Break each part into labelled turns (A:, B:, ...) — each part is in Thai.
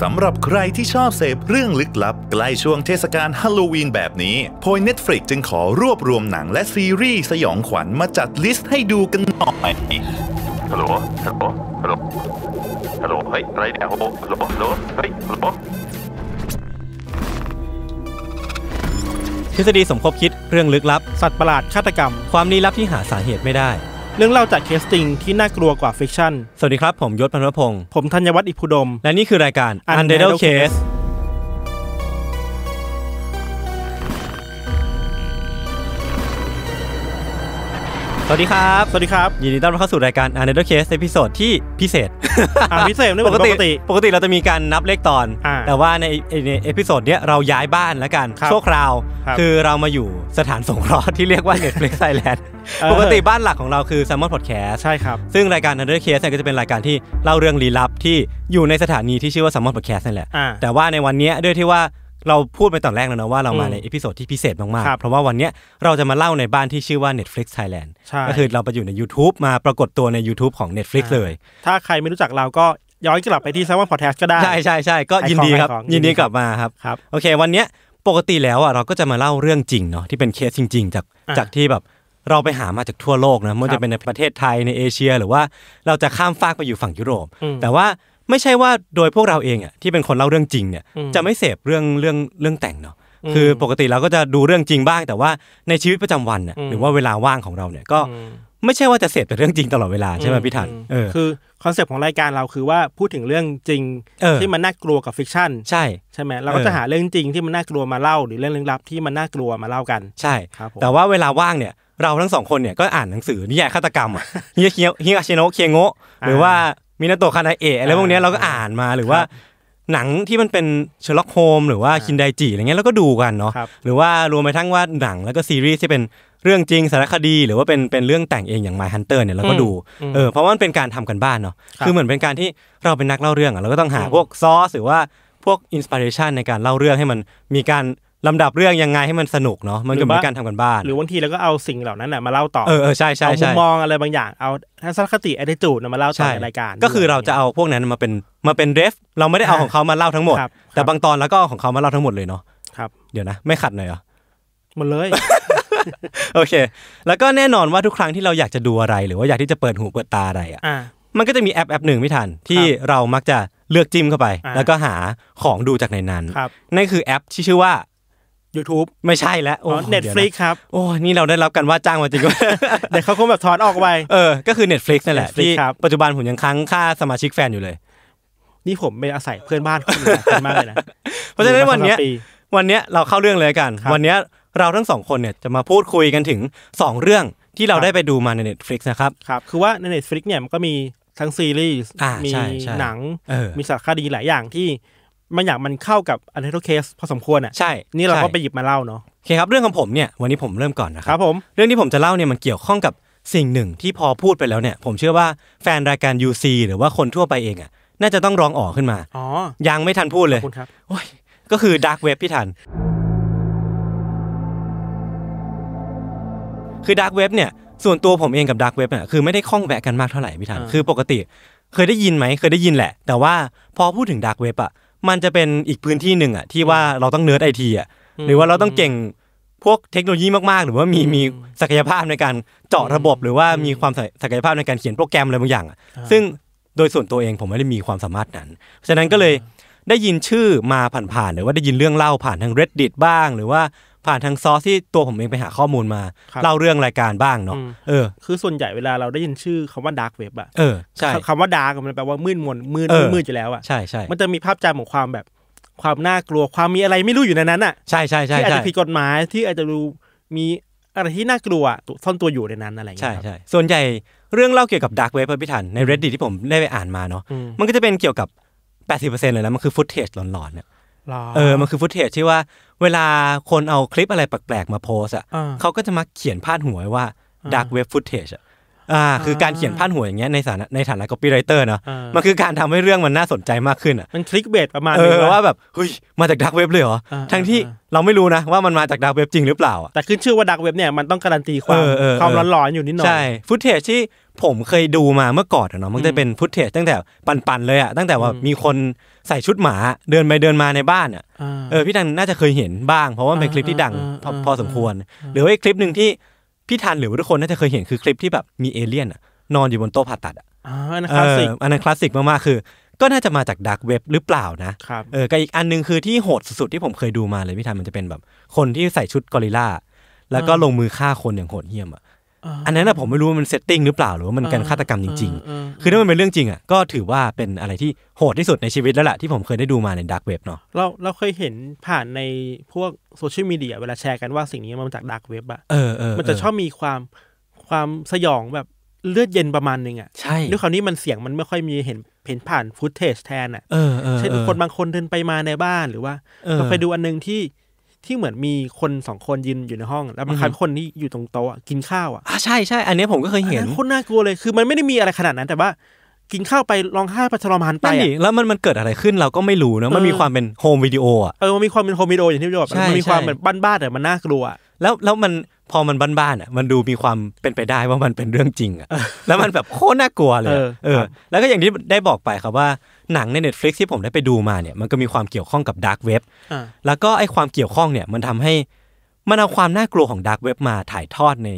A: สำหรับใครที่ชอบเสพเรื่องลึกลับ ใกล้ช่วงเทศกาลฮัลโลวีนแบบนี้โพย Netflix จึงขอรวบรวมหนังและซีรีส์สยองขวัญมาจัดลิสต์ให้ดูกันหน่อย
B: ฮัลโหล ฮัลโหล ฮัลโหล ฮัลโหล เฮ้ย อะไรเนี่ย ฮัลโหล ฮัลโหลฮัลโหลเฮ้ย ฮัลโหล
C: ทฤษฎีสมคบคิดเรื่องลึกลับ
D: สัตว์ประหลาดฆาตกรรม
C: ความลี้ลับที่หาสาเหตุไม่ได้
D: เรื่องเล่าจากเคสจริงที่น่ากลัวกว่าฟิกชั่น
C: สวัสดีครับ ผมยศพันวพงศ์
D: ผมธัญวัฒน์อิพุดม
C: และนี่คือรายการ u n d e r t a l e Case สวัสดีครับ
D: สวัสดีครับ
C: ยินดีต้อนรับเข้าสู่รายการ u n d e r t a l e Case ในพิโซดที่พิเศษ
D: อ่าพิเศษนี่เหมือนปกติ
C: ปกติเราจะมีการนับเลขตอน
D: อ่า
C: แต่ว่าในในเอพิโซดเนี้ยเราย้ายบ้านแล้วกัน
D: ครับ
C: ชั่วคราว
D: ครับ
C: คือเรามาอยู่สถานสงเคราะห์ที่เรียกว่า Netflix Thailand
D: เออ
C: ปกติบ้านหลักของเราคือ Salmon Podcast
D: ใช่ครับ
C: ซึ่งรายการ Under Case เนี่ยก็จะเป็นรายการที่เล่าเรื่องลี้ลับที่อยู่ในสถานีที่ชื่อว่า Salmon Podcast นั่นแหละ
D: อ่า
C: แต่ว่าในวันเนี้ยด้วยที่ว่าเราพูดไปตอนแรกแล้วนะว่าเรามา
D: อืม
C: ในเอพิโซดที่พิเศษมาก
D: ครับ
C: ๆ เพราะว่าวันเนี้ยเราจะมาเล่าในบ้านที่ชื่อว่า Netflix Thailand
D: ใช่
C: ก็คือเราไปอยู่ใน YouTube มาปรากฏตัวใน YouTube ของ Netflix เลย
D: ถ้าใครไม่รู้จักเราก็ย้อนกลับไปที่ s ซมมอนพอดแทสก็ได้
C: ใช่ใช่ใช่ก็
D: ขายของ
C: ยินดีครับ
D: ขายของ
C: ยิน
D: ยินดี
C: ดีก
D: ครั
C: ลับบ มาครับ
D: ครับ
C: โอเค วันเนี้ยปกติแล้วอ่ะเราก็จะมาเล่าเรื่องจริงเนาะที่เป็นเคสจริง ๆ จาก
D: อ่า
C: จากที่แบบเราไปหามาจากทั่วโลกนะไม่ว่า
D: ครับ
C: จะเป็นในประเทศไทยในเอเชีย หรือว่าเราจะข้ามฟากไปอยู่ฝั่งยุโรป
D: อืม
C: แต่ว่าไม่ใช่ว่าโดยพวกเราเองอ่ะที่เป็นคนเล่าเรื่องจริงเนี่ย
D: อืม
C: จะไม่เสพเรื่องเรื่องเรื่องแต่งเนาะ
D: อืม
C: คือปกติเราก็จะดูเรื่องจริงบ้าง แต่ว่าในชีวิตประจำวันน่ะ
D: อืม
C: หรือว่าเวลาว่างของเราเนี่ยก็
D: อืม
C: ไม่ใช่ว่าจะเสพแต่เรื่องจริงตลอดเวลาใช่ไหมพี่ทัน
D: อืม
C: เออ
D: คือคอนเซปต์ของรายการเราคือว่าพูดถึงเรื่องจริง
C: เออ
D: ที่มันน่ากลัวกับฟิกชั่น
C: ใช่
D: ใช่ไหมเราก็จะ
C: เออ
D: หาเรื่องจริงที่มันน่ากลัวมาเล่า หรือเรื่องลึกลับที่มันน่ากลัวมาเล่ากัน
C: ใช่
D: ครับผม
C: แต่ว่าเวลาว่างเนี่ยเราทั้งสองคนเนี่ยก็อ่านหนังสือนิยายฆาตกรรม อ่ะ เฮียเคียวเฮียอาชิโนะเคียงโงะหรือว่ามินาโตะคานาเอะอะไรพวกเนี้ยเราก็อ่านมาหรือว่า หนังที่มันเป็นเชลล็อกโฮมหรือว่าคินไดจิอะไรเงี้ยเราก็ดูกันเนาะ
D: ครับ
C: หรือว่ารวมไปทั้งว่าหนังแล้วก็ซีรีส์ที่เป็นเรื่องจริงสารคดี หรือว่าเป็นเป็นเรื่องแต่งเองอย่าง My Hunter เนี่ยเราก็ดู
D: อืม
C: เออเพราะว่ามันเป็นการทำกันบ้านเนาะ
D: ครับ
C: คือเหมือนเป็นการที่เราเป็นนักเล่าเรื่องอ่ะเราก็ต้องหา
D: อืม
C: พวกซอสหรือว่าพวกอินสปิเรชันในการเล่าเรื่องให้มันมีการลำดับเรื่องยังไงให้มันสนุกเนาะมันก็เหมือนการทำกันบ้าน
D: หรือบางทีเราก็เอาสิ่งเหล่านั้นน่ะมาเล่าต่อ
C: เออเออใช่ใช่
D: เอามุ
C: ใช่
D: มมองอะไรบางอย่างเอาทัศนคติ attitude น่ะมาเล่าต่อ
C: ใช่
D: ในรายการ
C: ก็คือเราจะเอาพวกนั้นมาเป็นมาเป็นเรฟเราไม่ได้เอา
D: อ่า
C: ของเขามาเล่าทั้งหมด
D: ครับ
C: แต่
D: ครับ
C: บางตอนแล้วก็เอาของเขามาเล่าทั้งหมดเลยเนาะ
D: ครับ
C: เดี๋ยวนะ ไม่ขัดหน่อยเหรอ
D: หมดเลย
C: โอเค แล้วก็แน่นอนว่าทุกครั้งที่เราอยากจะดูอะไร หรือว่าอยากที่จะเปิดหูเปิดตาอะไรอ่ะ
D: อ่า
C: มันก็จะมีแอปแอปหนึ่งไม่ทันที่
D: ครับ
C: เรามักจะเลือกจิ้มเข้าไป
D: อ่า
C: แล้วก็หาของดูจากในนั้น
D: ครับ
C: นั่นคือแอปที่ชื่อว่า
D: YouTube
C: ไม่ใช่แล้วโอ้
D: อ๋อ
C: ดี๋ยวนะ
D: Netflix ครับ
C: โอ้นี่เราได้รับกันว่าจ้างมาจ ริงด้วย
D: เดี๋ยวเขาคงแบบถอนออกไป
C: เออก็คือ Netflix นั่นแหละ
D: Netflix
C: ที่
D: ครับ
C: ปัจจุบันผมยังค้างค่าสมาชิกแฟนอยู่เลย
D: นี่ผมเป็นอาศัยเพื่อนบ้านคนหนึ่ งหลายคนมากเลยนะ
C: เพราะฉะนั้นวันเนี้ย
D: อยู่มาสองสามปี
C: วันเนี้ยเราเข้าเรื่องเลยละกัน
D: ครับ
C: วันเนี้ยเราทั้งสองคนเนี่ยจะมาพูดคุยกันถึง 2 เรื่องที่เรา
D: ครับ
C: ได้ไปดูมาใน Netflix นะครับ
D: ครับ คือว่าใน Netflix เนี่ยมันก็มีทั้งซีรีส์
C: อ่า
D: มี
C: ใช่ใช่
D: หนัง
C: เออ
D: มีสารคดีหลายอย่างที่มันอย่างมันเข้ากับอันเทอร์เคสพอสมควรอ่ะ
C: ใช่
D: นี่เราก็ไป
C: ใช่
D: หยิบมาเล่าเนาะ
C: โอเคครับเรื่องของผมเนี่ยวันนี้ผมเริ่มก่อนนะค
D: ครั
C: รับ
D: บผม
C: เรื่องที่ผมจะเล่าเนี่ยมันเกี่ยวข้องกับสิ่งหนึ่งที่พอพูดไปแล้วเนี่ย ผมเชื่อว่าแฟนรายการ UC หรือว่าคนทั่วไปเองอ่ะน่าจะต้องร้องอ๋อขึ้นมา
D: อ๋อ
C: ยังไม่ทันพูดเล
D: ขอย บคุณครับ
C: โอ้ยก็คือด a r k กเว็บพี่ทัน คือด a r k กเว็บเนี่ย ส่วนตัวผมเองกับด a r k กเว็บเนี่ยคือไม่ได้คล่องแวะกันมากเท่าไหร่พี่ทัน
D: อ่า
C: คือปกติ เคยได้ยินไหม เคยได้ยินแหละ แต่ว่าพอพูดถึงด a r k กเว็บอ่ะ มันจะเป็นอีกพื้นที่หนึ่งอ่ะที่ว่าเราต้องเนิร์ดไอทีอ่ะ หรือว่าเราต้องเก่งพวกเทคโนโลยีมากๆ หรือว่ามีมีศักยภาพในการเจาะระบบ หรือว่ามีความศักยภาพในการเขียนโปรแกรมอะไรบางอย่างอะซึ่งโดยส่วนตัวเองผมไม่ได้มีความสามารถนั้นฉะนั้นก็เลยได้ยินชื่อมาผ่านๆหรือว่าได้ยินเรื่องเล่าผ่านทาง reddit บ้าง หรือว่าผ่านทางซอสที่ตัวผมเองไปหาข้อมูลมา
D: ครับ
C: เล่าเรื่องรายการบ้างเนาะ
D: อืม
C: เออ
D: คือส่วนใหญ่เวลาเราได้ยินชื่อคำว่าดาร์กเว็บอะ
C: เออใช่
D: คำว่าดาร์กมันแปลว่ามืดมนมืด
C: เออ
D: มืดอยู่แล้วอะ
C: ใช่ใช่
D: มันจะมีภาพจำของความแบบความน่ากลัวความมีอะไรไม่รู้อยู่ในนั้นอะ
C: ใช่ใช่ใช่
D: ที่อาจ
C: ใช่
D: จะผิดกฎหมายที่อาจจะดูมีอะไรที่น่ากลัวตุซ่อนตัวอยู่ในนั้นอะไรอย่าง
C: ใช่
D: เงี้ยครับ
C: ใช่ส่วนใหญ่เรื่องเล่าเกี่ยวกับ dark web อะพี่ทันใน reddit ที่ผมได้ไปอ่านมาเนาะ
D: อืม
C: มันก็จะเป็นเกี่ยวกับ 80%เลยนะมันคือฟุตเทจหลอนๆเนี่ย
D: หร
C: เออ มันคือฟุตเทจที่ว่าเวลาคนเอาคลิปอะไรแปลกๆมาโพสอะ
D: อ่า
C: เขาก็จะมาเขียนพาดหัวไว้ว่า dark web footage อะอ่า คือการเขียนพาดหัวอย่างเงี้ยในฐานะในฐานะ copywriter เนอะ
D: อ่ามั
C: มันคือการทำให้เรื่องมันน่าสนใจมากขึ้นอะ
D: มันคลิกเบสประมาณ
C: เอ
D: นึ
C: องว่า
D: ว่า
C: แบบเฮ้ยมาจาก dark web เลยเหรอ
D: อ่า
C: ทั้งที่
D: อ่า
C: เราไม่รู้นะว่ามันมาจาก dark web จริงหรือเปล่าอะ
D: แต่ขึ้นชื่อว่าดักเว็บเนี่ยมันต้องการันตีความ
C: เออเออเออ
D: ความร้อนๆอยู่นิดหน่อย
C: ใช่ ฟุตเทจที่ผมเคยดูมาเมื่อก่อนอะเนาะมันจะเป็นฟุตเทจตั้งแต่ปันๆเลยอะตั้งแต่ว่ามีคน ใส่ชุดหมาเดินไปเดินมาในบ้านอ่ะ
D: อ่า
C: เออพี่ดังน่าจะเคยเห็นบ้าง เพราะว่ามันเป็นคลิปที่ดังพอ
D: อ่าอ่า
C: พอสมควร หรือว่าอีกคลิปหนึ่งที่พี่ทันหรือว่าทุกคนน่าจะเคยเห็นคือคลิปที่แบบมีเอเลี่ยนอะนอนอยู่บนโต๊ะผ่าตัดอะ
D: าอันนั้น
C: เอ
D: คลาส
C: อ
D: สิก
C: อันนั้นคลาสสิกมากๆคือ ก็น่าจะมาจากดักเว็บหรือเปล่านะครับ เออกับอีกอันหนึงคือที่โหดสุดๆที่ผมเคยดูมาเลยพี่ทันมันจะเป็นแบบ คนที่ใส่ชุดกอริลลาแล้วก็
D: อ่า
C: ลงมือฆ่าคนอย่างโหดเหี้ยมอะ
D: อ่า
C: อันนั้นอะผมไม่รู้ว่ามันเซตติ้งหรือเปล่าหรือว่ามันการฆาตกรรมจริง ๆ
D: เออเออ
C: คือถ้ามันเป็นเรื่องจริงอ่ะก็ถือว่าเป็นอะไรที่โหดที่สุดในชีวิตแล้วล่ะที่ผมเคยได้ดูมาในดักเว็บเนาะ
D: เราเราเคยเห็นผ่านในพวกโซเชียลมีเดียเวลาแชร์กันว่าสิ่งนี้มันมาจากดักเว็บอะ
C: เออเออ
D: มันจะชอบมีความความสยองแบบเลือดเย็นประมาณหนึงอะ
C: ใช่
D: ด้วยความที่มันเสียงมันไม่ค่อยมีเห็นเห็นผ่านฟุตเทจแทนอะ
C: เออเออ
D: เช่น
C: เออ
D: คนบางคนเดินไปมาในบ้านหรือว่า
C: เออ
D: เราเคยดูอันหนึงที่ที่เหมือนมีคนสองคนยืนอยู่ในห้อง แล้วบางครั้งคนที่อยู่ตรงโต๊ะอะกินข้าวอะ
C: อ่ะใช่ใช่อันเนี้ยผมก็เคย
D: อัน
C: เห็น
D: นั้นโคนน่ากลัวเลยคือมันไม่ได้มีอะไรขนาดนั้น แต่ว่า กินข้าวไปร้องไห้ไปทรมานไป
C: นั่น
D: อะ
C: ดิแล้วมันมันเกิดอะไรขึ้นเราก็ไม่รู้นะมัน
D: เออ
C: มีความเป็นโฮมวิดีโออ่ะ
D: เออมันมีความเป็นโฮมวิดีโออย่างที่พี่บอก
C: ใช่
D: มันมีความ
C: ใช่
D: แบบบ้านๆแต่มันน่ากลัวอะ
C: แล้วแล้วมันพอมันบ้านๆอ่ะมันดูมีความเป็นไปได้ว่ามันเป็นเรื่องจริงอ่ะแล้วมันแบบโคตรน่ากลัวเลยอะเออ แล้วก็อย่างที่ได้บอกไปครับว่าหนังใน Netflix ที่ผมได้ไปดูมาเนี่ยมันก็มีความเกี่ยวข้องกับดักเว็บ
D: อ่ะ
C: แล้วก็ไอความเกี่ยวข้องเนี่ยมันทำให้มันเอาความน่ากลัวของดักเว็บมาถ่ายทอดใน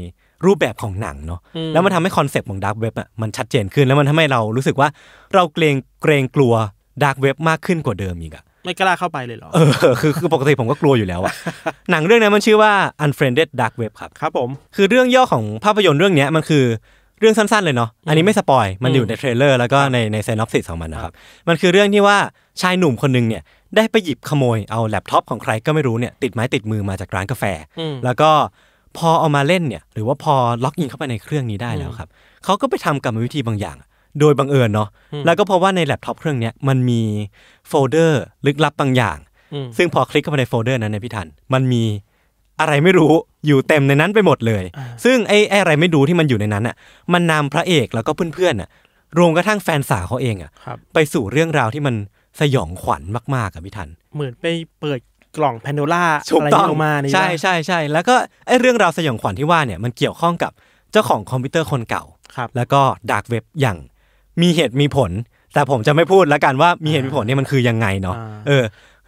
C: รูปแบบของหนังเนาะแล้วมันทำให้คอนเซปต์ของดักเว็บอ่ะมันชัดเจนขึ้นแล้วมันทำให้เรารู้สึกว่าเราเกรงเกรงกลัวดักเว็บมากขึ้นกว่าเดิมอีกอะ
D: ไม่กล้าเข้าไปเลยเหรอ
C: เอ อคือคือปกติผมก็กลัวอยู่แล้วอะ หนังเรื่องนี้มันชื่อว่า Unfriended Dark Web ครับ
D: ครับผม
C: คือเรื่องย่อของภาพยนตร์เรื่องเนี้ยมันคือเรื่องสั้นๆเลยเนาะ อันนี้ไม่สปอย มันอยู่ในเทรลเลอร์แล้วก็ในในไซนอปซิสของมันนะครับ มันคือเรื่องที่ว่าชายหนุ่มคนหนึงเนี่ยได้ไปหยิบขโมยเอาแล็ปท็อปของใครก็ไม่รู้เนี่ยติดไม้ติดมือมาจากร้านกาแฟ
D: อืม
C: แล้วก็พอเอามาเล่นเนี่ยหรือว่าพอล็อกอินเข้าไปในเครื่องนี้ได้แล้วครับเขาก็ไปทำกรรมวิธีบางอย่าง โดยบังเอิญเนาะ แล้วก็พบว่าในแล็ปท็อปเครื่องเนี้ยมันมีโฟลเดอร์ลึกลับบางอย่าง
D: อืม
C: ซึ่งพอคลิกเข้าไปในโฟลเดอร์นั้นเนยพี่ทัน มันมีอะไรไม่รู้อยู่เต็มในนั้นไปหมดเลย ซึ่งไอ้ไอ้อะไรไม่รู้ที่มันอยู่ในนั้นอ่ะ มันนำพระเอกแล้วก็เพื่อนๆอ่ะ รวมกระทั่งแฟนสาวเขาเองอ่ะ
D: ครับ
C: ไปสู่เรื่องราวที่มันสยองขวัญมากๆอ่ะพี่ทัน
D: เหมือนไปเปิดกล่องแพนโดล่า
C: ถู
D: อะ
C: ก
D: ไร
C: ต้อง
D: ออกมานี่
C: ใช่
D: ปะ
C: ใช่ใช่แล้วก็ไอ้เรื่องราวสยองขวัญที่ว่าเนี่ยมันเกี่ยวข้องกับเจ้าของคอมพิวเตอร์คนเก่า
D: ครับ
C: แล้วก็ดาร์กเว็บอย่างมีเหตุมีผล แต่ผมจะไม่พูดแล้วกันว่ามีเหตุมีผลเนี่ยมันคือยังไงเนาะเออ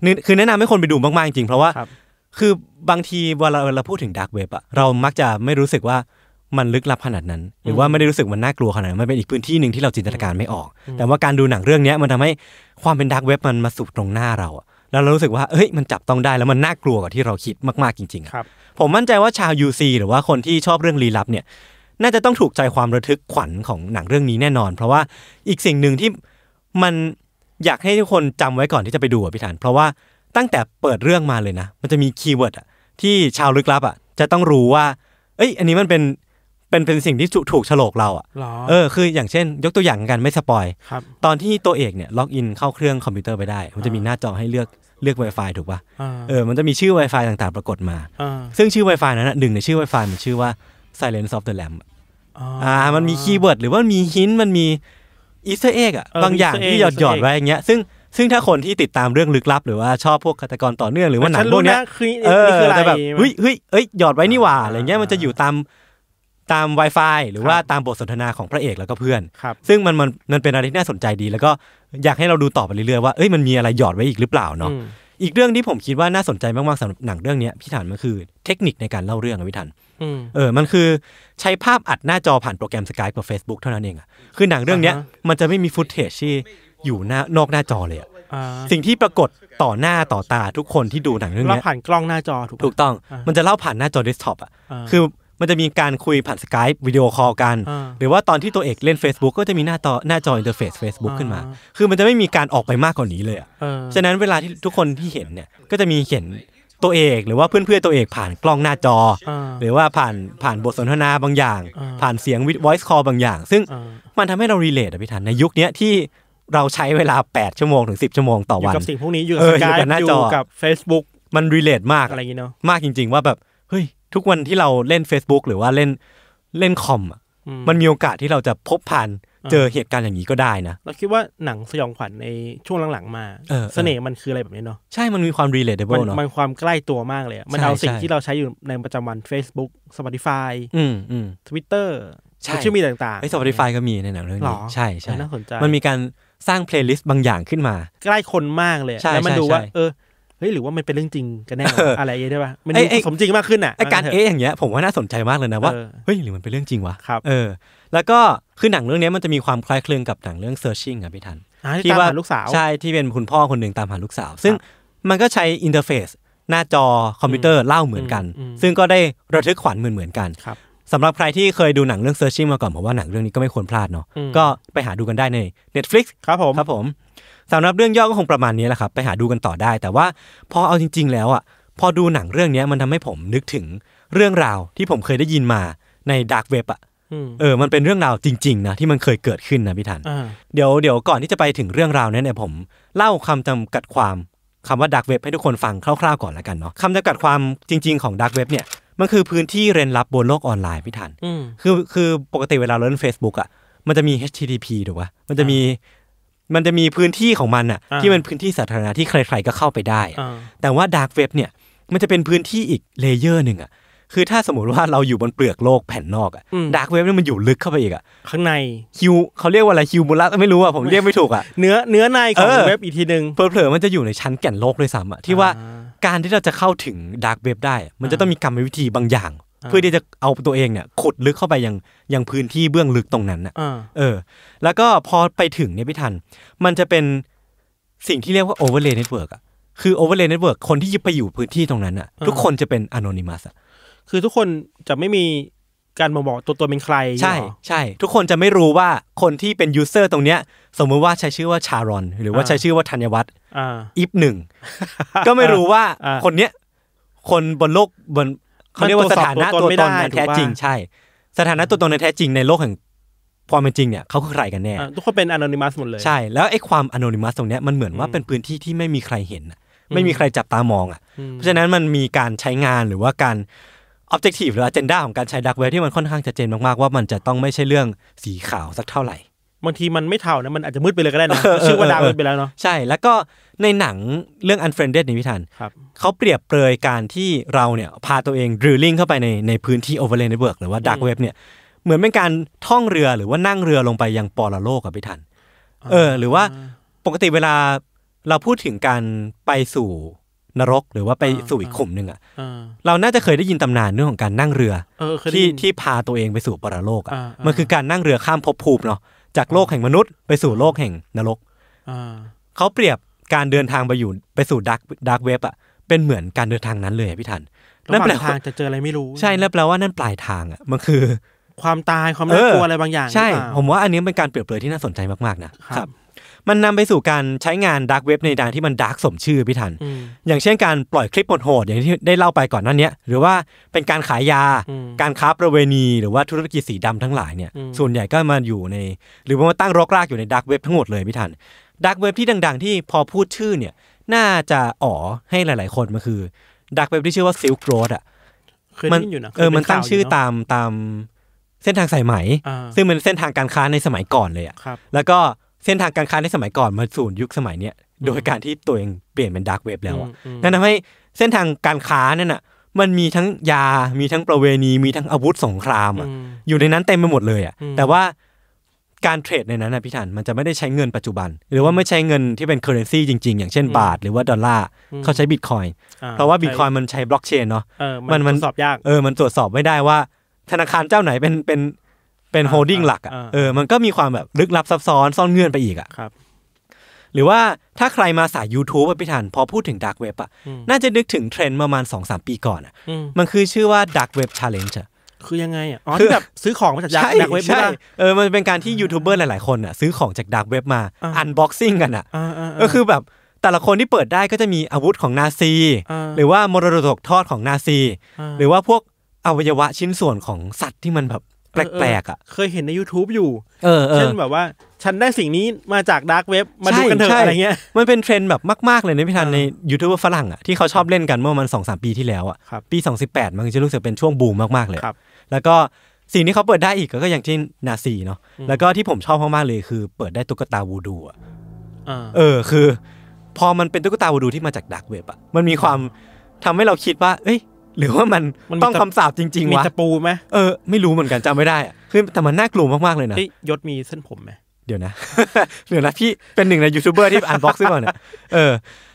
C: นี่คือแนะนำให้คนไปดูมากๆจริงๆเพราะว่า
D: ครับ
C: คือบางทีเวลาเราพูดถึงดักเว็บอะเรามักจะไม่รู้สึกว่ามันลึกลับขนาดนั้น หรือว่าไม่ได้รู้สึกมันน่ากลัวขนาดนั้นมันเป็นอีกพื้นที่หนึ่งที่เราจินตนาการไม่ออก แต่ว่าการดูหนังเรื่องเนี้ยมันทำให้ความเป็นดักเว็บมันมาสู่ตรงหน้าเราอะแล้วเรารู้สึกว่าเอ้ยมันจับต้องได้แล้วมันน่ากลัวกว่าที่เราคิดมากๆจริงๆอะ
D: ครับ
C: ผมมั่นใจว่าชาว UC หรือว่าคนที่ชอบเรื่องลี้ลับเนี่ย น่าจะต้องถูกใจความระทึกขวัญของหนังเรื่องนี้แน่นอน เพราะว่าอีกสิ่งหนึ่งที่มันอยากให้ทุกคนจำไว้ก่อนที่จะไปดูอ่ะพี่ฐาน เพราะว่าตั้งแต่เปิดเรื่องมาเลยนะ มันจะมีคีย์เวิร์ดอะที่ชาวลึกลับอ่ะจะต้องรู้ว่า เอ้ย อันนี้มันเป็นเป็นเป็นสิ่งที่ถูกถูกฉลกเราอ่ะ
D: หรอ
C: เออคืออย่างเช่น ยกตัวอย่างกันไม่สปอย
D: ครับ
C: ตอนที่ตัวเอกเนี่ยล็อกอินเข้าเครื่องคอมพิวเตอร์ไปได้ มันจะมีหน้าจอให้เลือกเลือก Wi-Fi ถูกป่ะ
D: อ่า
C: เออมันจะมีชื่อ Wi-Fi ต่างๆ ปรากฏมา
D: อ่า
C: ซึ่งชื่อ Wi-Fi นั้นนะหนึ่งในชื่อ Wi-Fi มันชื่อว่า Silence of the Lamb อะ
D: อ่า
C: อ่ามันมีคีย์เวิร์ดหรือว่ามีฮินมันมีอีสเตอร์เอ็กอะ
D: เออบ
C: างอย่าง
D: Easter egg
C: ที่หยอดหยอด
D: Easter egg
C: ไว้อย่างเงี้ยซึ่งซึ่งถ้าคนที่ติดตามเรื่องลึกลับ หรือว่าชอบพวกฆาตกรต่อเนื่องหรือว่าหนังพวกเนี้ย
D: ฉัรู้ะคือ
C: เออ
D: นี่นี่คืออะไร
C: แต่แบบเฮ้ยเฮ้ยเอ้ยหยอดไว้นี่หว่า
D: อ่า
C: อะไรเงี้ยมันจะอยู่ตามตาม Wi-Fi หรือว่าตามบทสนทนาของพระเอกแล้วก็เพื่อน
D: ครับ
C: ซึ่งมันมันมันเป็นอะไรที่น่าสนใจดี แล้วก็อยากให้เราดูต่อไปเรื่อยๆว่าเอ้ยมันมีอะไรหยอดไว้อีกหรือเปล่าเนาะ
D: อืม
C: อีกเรื่องที่ผมคิดว่าน่าสนใจมากๆสำหรับหนังเรื่องเนี้ยพี่ถันมันคือเทคนิคในการเล่าเรื่องอะพี่ถัน
D: อืม
C: เออ มันคือใช้ภาพอัดหน้าจอผ่านโปรแกรม Skype กับ Facebook เท่านั้นเองอะคือหนังเรื่องเนี้ย
D: อ่าฮ
C: มันจะไม่มีฟุตเทจที่อยู่หน้านอกหน้าจอเลยอะ
D: อ่า
C: สิ่งที่ปรากฏต่อหน้าต่อตาทุกคนที่ดูหนังเรื่อง
D: เรา
C: เนี้ย
D: ผ่านกล้องหน้าจอถูกปะ
C: ถูกต้อง
D: อ่ามั
C: มันจะเล่าผ่านหน้าจอเดสก์ท็อปอะ
D: อ่า
C: คือมันจะมีการคุยผ่านสกายวิดีโอคอลกัน
D: อ่า
C: หรือว่าตอนที่ตัวเอกเล่น Facebook ก็จะมีหน้าต่อหน้าจออินเทอร์เฟซ Facebook
D: อ่า
C: ขึ้นมา คือมันจะไม่มีการออกไปมากกว่านี้เลยอะ
D: เออ
C: ฉะนั้นเวลาที่ทุกคนที่เห็นเนี่ยก็จะมีเห็นตัวเอก หรือว่าเพื่อนๆตัวเอกผ่านกล้องหน้าจอ
D: อ่า
C: หรือว่าผ่านผ่านบทสนทนาบางอย่าง
D: อ่า
C: ผ่านเสียงวิด voice call บางอย่าง ซึ่ง
D: อ่า
C: มันทำให้เรา relate อะพี่ทันในยุคเนี้ยที่เราใช้เวลา 8 ชั่วโมงถึง 10 ชั่วโมงต่อ
D: อยู่
C: วัน
D: กับสิ่งพวกนี้อยู่กั
C: เอบ อ
D: สกา
C: อ
D: ย
C: ยู่กับหน้าจ
D: อ
C: อ
D: ยู่กับ Facebook
C: มัน relate มาก
D: อะไรอย่างงี้เนาะ
C: มากจริง ๆ ว่าแบบเฮ้ยทุกวันที่เราเล่น Facebook หรือว่าเล่นเล่นคอมอะมันมีโอกาสที่เราจะพบผ่านเจอเหตุการณ์อย่างนี้ก็ได้นะ
D: เราคิดว่าหนังสยองขวัญในช่วงหลังๆมา
C: เออเออ
D: เสน่ห์มันคืออะไรแบบนี้เนาะ
C: ใช่มันมีความ
D: มัน
C: relatable เนาะ
D: มันความใกล้ตัวมากเลยอะมัน
C: ใช่
D: เอาสิ่ง
C: ใช่
D: ที่เราใช้อยู่ในประจำวัน Facebook Spotify
C: อืมอืม
D: Twitter
C: ใช่
D: โซเชียลมีเดียต่าง
C: ไอ้
D: ๆ
C: Spotify ก็มีในหนังเรื่อง
D: หร
C: นี้
D: อ
C: ใช่ใช่
D: เออน่าสนใจ
C: มันมีการ สร้างเพลย์ลิสต์บางอย่างขึ้นมา
D: ใกล้คนมากเลยอะ
C: ใช่
D: แล้วมัน
C: ใช่
D: ดูว่า
C: ใช่
D: เออเฮ้ยหรือว่ามันเป็นเรื่องจริงกันแน่วะ
C: เออ
D: อะไรอย่างเงี้ยได้ป่ะมัน
C: ไอ้
D: ดู
C: ไอ้
D: สมจริงมากขึ้นอ่ะ
C: ไอการ
D: ว่นถะ
C: เอ๊ะอย่างเงี้ยผมว่าน่าสนใจมากเลยนะว่า
D: เออ
C: เฮ้ยหรือมันเป็นเรื่องจริงวะ
D: ครับ
C: เออ แล้วก็คือหนังเรื่องเนี้ยมันจะมีความคล้ายคลึงกับหนังเรื่อง searching อะพี่ทัน
D: อ่าที่ตามหาลูกสาว
C: ใช่ที่เป็นคุณพ่อคนหนึ่งตามหาลูกสาว ซึ่งมันก็ใช้อินเทอร์เฟซหน้าจอคอมพิวเตอร์เล่าเหมือนกัน
D: อืม
C: ซึ่งก็ได้ระทึกขวัญเหมือนเหมือนๆกัน
D: ครับ
C: สำหรับใครที่เคยดูหนังเรื่อง Searching มาก่อนผมว่าหนังเรื่องนี้ก็ไม่ควรพลาดเนาะ
D: อืม
C: ก็ไปหาดูกันได้ใน Netflix
D: ครับผม
C: ครับผมสำหรับเรื่องย่อก็คงประมาณนี้แหละครับ ไปหาดูกันต่อได้ แต่ว่าพอเอาจริง ๆ แล้วอ่ะพอดูหนังเรื่องเนี้ยมันทำให้ผมนึกถึงเรื่องราวที่ผมเคยได้ยินมาในดาร์กเว็บอ่ะ
D: อืม
C: เออมันเป็นเรื่องราวจริงๆนะที่มันเคยเกิดขึ้นนะพี่ทัน
D: อ่า
C: เดี๋ยวเดี๋ยวก่อนที่จะไปถึงเรื่องราวเนี่ยเนี่ยผมเล่าคำจำกัดความคำว่าดักเว็บให้ทุกคนฟังคร่าวๆก่อนแล้วกันเนาะคำจำกัดความจริง ๆของดักเว็บเนี่ยมันคือพื้นที่เร้นลับบนโลกออนไลน์พี่ทัน
D: อืม
C: คือคือปกติเวลาเราเล่น Facebook อ่ะมันจะมี HTTP ถูกปะมันจะมีมันจะมีพื้นที่ของมันอ่ะ
D: อ่า
C: ที่เป็นพื้นที่สาธารณะที่ใครๆก็เข้าไปได้อะ
D: อ่า
C: แต่ว่าดักเว็บเนี่ยมันจะเป็นพื้นที่อีกเลเยอร์หนึ่งอ่ะคือถ้าสมมติว่าเราอยู่บนเปลือกโลกแผ่นนอกอ่ะดักเว็บเนี่ยมันอยู่ลึกเข้าไปอีกอ่ะ
D: ข้างใน
C: ฮิวเขาเรียกว่าอะไรฮิวบูลัสไม่รู้อ่ะผมเรียกไม่ถูกอ่ะ
D: เนื้อเนื้อในของ
C: เออ
D: เว็บอีกทีหนึ่ง
C: เผลอๆมันจะอยู่ในชั้นแก่นโลกด้วยซ้ำอ่ะที่ว่า
D: อ่
C: การที่เราจะเข้าถึงดาร์กเว็บได้อะมันจะต้องมีกรรมวิธีบางอย่าง
D: อ่า
C: เพื่อที่จะเอาตัวเองเนี่ยขุดลึกเข้าไปยังยังพื้นที่เบื้องลึกตรงนั้นอ่ะ
D: อ่า
C: เออ แล้วก็พอไปถึงเนี่ยพี่ทัน มันจะเป็นสิ่งที่เรียกว่าโอเวอร์เลย์เน็ตเวิร์กอ่ะคือโอเวอร์เลย์เน็ตเวิร์กคนที่ไปอยู่พื้นที่ตรงนั้นอ่ะทุกคนจะเป็นอนอนิมัสอ่ะ
D: คือทุกคนจะไม่มีการบ่งบอกตัวตนเป็นใคร
C: ใช่
D: เหรอ
C: ใช่ ทุกคนจะไม่รู้ว่าคนที่เป็นยูเซอร์ตรงเนี้ยสมมุติว่าใช้ชื่อว่าชารอน หรือว่า
D: อ่า
C: ใช้ชื่อว่าธัญวัฒน
D: อ่า
C: อีฟห นึ่ง ก็ไม่รู้ว่า
D: อ่า
C: คนเนี้ยคนบนโลกบนเขาเรียกว่าสถานะ
D: มันตรวจสอ
C: ตัว
D: บตัวตน
C: ตน
D: ไม่ได้
C: ในแท้
D: ถูกปะ
C: จริงใช่ สถานะตัวตนในแท้จริงในโลกแห่งความเป็นจริงเนี่ยเขาคือใครกันแน่
D: อ่าทุกคนเป็นอนอนิมัสหมดเลย
C: ใช่แล้วไอ้ความอนอนิมัสตรงเนี้ยมันเหมือนว่าเป็นพื้นที่ที่ไม่มีใครเห็นน่ะไม่มีใครจับตามองอ่ะเพราะฉะนั้นมันมีการใช้งานหรือว่าการ objective หรือ agenda ของการใช้ดักเวที่มันค่อนข้างชัดเจนมากๆว่ามันจะต้องไม่ใช่เรื่องสีขาวสักเท่าไหร่
D: บางทีมันไม่เท่านะมันอาจจะมืดไปเลยก็ได้นะ
C: เออเออ
D: ชื่อว่าดาวมืดไปแล้วเนาะ
C: ใช่แล้วก็ในหนังเรื่อง unfriended นี่พี่ทัน
D: ครับ
C: เขาเปรียบเปรยการที่เราเนี่ยพาตัวเองดริลลิ่งเข้าไปในในพื้นที่โอเวอร์เลนเวิร์กหรือว่าดักเว็บเนี่ยเหมือนเป็นการท่องเรือหรือว่านั่งเรือลงไปยังปอลโลกกับพี่ทัน เออ หรือว่าปกติเวลาเราพูดถึงการไปสู่นรกหรือว่าไปสู่อีกขุมหนึ่งอะ
D: อ่า
C: เราน่าจะเคยได้ยินตำนานเรื่องของการนั่งเรือ
D: เออเคยได้
C: ที่
D: ยิน
C: ที่พาตัวเองไปสู่ปรโลกอะ
D: อ่าอ่ามั
C: มันคือการนั่งเรือข้ามภพภูมิเนาะจากโลกแห่งมนุษย์ไปสู่โลกแห่งนรก
D: อ่า
C: เขาเปรียบการเดินทางไปอยู่ไปสู่ดักดักเว็บอ่ะเป็นเหมือนการเดินทางนั้นเลยอะพี่ทัน
D: ระห
C: แปล
D: ว่าง
C: ว่า
D: ทางจะเจออะไรไม่รู้
C: ใช่นั่นแปลว่านั่นปลายทางอ่ะมันคือ
D: ความตายความ
C: เอ
D: น่า
C: อ
D: กลัวอะไรบางอย่าง
C: ใช่
D: หรือเปล่า
C: ผมว่าอันนี้เป็นการเปรียบเปรยที่น่าสนใจมากๆนะครับ มันนำไปสู่การใช้งานดักเว็บในทางที่มันดักสมชื่อพี่ทัน
D: อืม
C: อย่างเช่นการปล่อยคลิปโหดๆอย่างที่ได้เล่าไปก่อนหนั้นเนี้ยหรือว่าเป็นการขายยา
D: อืม
C: การค้าประเวณีหรือว่าธุรกิจสีดำทั้งหลายเนี่ย
D: อืม
C: ส่วนใหญ่ก็มาอยู่ใน หรือว่ามาตั้งรกรากอยู่ในดักเว็บทั้งหมดเลยพี่ทันดักเว็บที่ดังๆ ที่พอพูดชื่อเนี่ยน่าจะอ๋อให้หลายๆคนมันคือดักเว็บที่ชื่อว่าซิลโกรดอ่ะ
D: เคยได้ยินอยู่นะ
C: เออมันตั้งชื่อ
D: เคยเป็นข่วยู่เนะ
C: ตามตามเส้นทางสายไหม
D: อ่า
C: ซึ่งเป็นเส้นทางการค้าในสมัยก่อนเลยอ่ะ
D: ครับ
C: แล้วก็เส้นทางการค้าในสมัยก่อนมาสู่ยุคสมัยเนี้ยโดยการที่ตัวเองเปลี่ยนเป็นดาร์กเว็บแล้วอะนั่นทำให้เส้นทางการค้านั่นน่ะมันมีทั้งยา มีทั้งประเวณี มีทั้งอาวุธสงครามอะ
D: อืม
C: อยู่ในนั้นเต็มไปหมดเลยอ่ะ
D: อืม
C: แต่ว่าการเทรดในนั้นนะพี่ทันมันจะไม่ได้ใช้เงินปัจจุบัน หรือว่าไม่ใช้เงินที่เป็นเคอร์เรนซีจริง ๆ อย่างเช่นบาท หรือว่าดอลลาร์เขาใช้บิตคอยน์
D: อ่
C: เพราะว่าบิตคอยน์มันใช้บล็อกเชนเนาะ
D: เออ
C: มั
D: มัน น
C: มั
D: มัน นสอบยาก
C: เออ มันตรวจสอบไม่ได้ว่า ธนาคารเจ้าไหนเป็นเป็นเป็นโฮลดิ้ง
D: อ่า
C: หลักอ่ะ
D: อ่า
C: เออ มันก็มีความแบบลึกลับซับซ้อนซ่อนเงื่อนไปอีกอ่ะ
D: ครับ
C: หรือว่าถ้าใครมาสาย YouTube อะพี่ทันพอพูดถึงดักเว็บอ่ะ น่าจะนึกถึงเทรนด์ประมาณ 2-3 ปีก่อนอ่ะ
D: อืม
C: มันคือชื่อว่า Dark Web Challenge อะ
D: คือยังไงอ่ะอ๋อ
C: คือ
D: ที่แบบซื้อของมาจากยักษ์ดักเว็บไม่
C: ใช่
D: ได้
C: เออ มันเป็นการที่ยูทูบเบอร์หลาย ๆ คนอ่ะซื้อของจากดักเว็บมา
D: อ่า
C: อันบ็อกซิ่งกันอ่ะ
D: อ่าอ่าา
C: ก็คือแบบแต่ละคนที่เปิดได้ก็จะมีอาวุธของนาซี
D: อ่า
C: หรือว่ามรดกทอดของนาซี
D: อ่า
C: หรือว่าพวกอวัยวะชิ้นส่วนของสัตว์ที่มันแบบแปลกๆอ่ะ
D: เคยเห็นใน YouTube อยู่
C: เออเอ
D: เช่น
C: อ
D: แบบว่า ฉันได้สิ่งนี้มาจากดาร์กเว็บมา
C: ใช่
D: ดูกันเถ
C: ใช่
D: อะอะไรเงี้ย
C: มันเป็นเทรนด์แบบมากๆเลยนะพี่ทันในยูทูบเบอร์ฝรั่งอ่ะที่เขาชอบเล่นกันเมื่อประมันสองสามปีที่แล้วอ่ะ
D: ครับ
C: ปี 2018 มันจะรู้สึกเป็นช่วงบูมมากๆเลย
D: ครับ
C: แล้วก็สิ่งที่เขาเปิดได้อีกก็อย่างที่นาซีเนาะแล้วก็ที่ผมชอบมากๆเลยคือเปิดได้ตุ๊กตาวูดูอ่ะ
D: า
C: เออคือ พอมันเป็นตุ๊กตาวูดูที่มาจากดักเว็บอ่ะมันมีความทำให้เราคิดว่า เอ้ย หรือว่ามัน
D: มันมี
C: ต้อง
D: ตะ
C: คำสาปจริงๆ
D: มี
C: วะ
D: ตะปูไหม
C: เออไม่รู้เหมือนกันจำไม่ได้อะคือแต่มันน่ากลัวมากๆเลยนะ
D: เอ้ยยศมีเส้นผมไหม
C: ดี๋ยวนะ เดี๋ยวนะพี่เป็นหนึ่งในยูทูบเบอร์ที่อ่านบล็อกซ์ก่อนเนี่ยเออ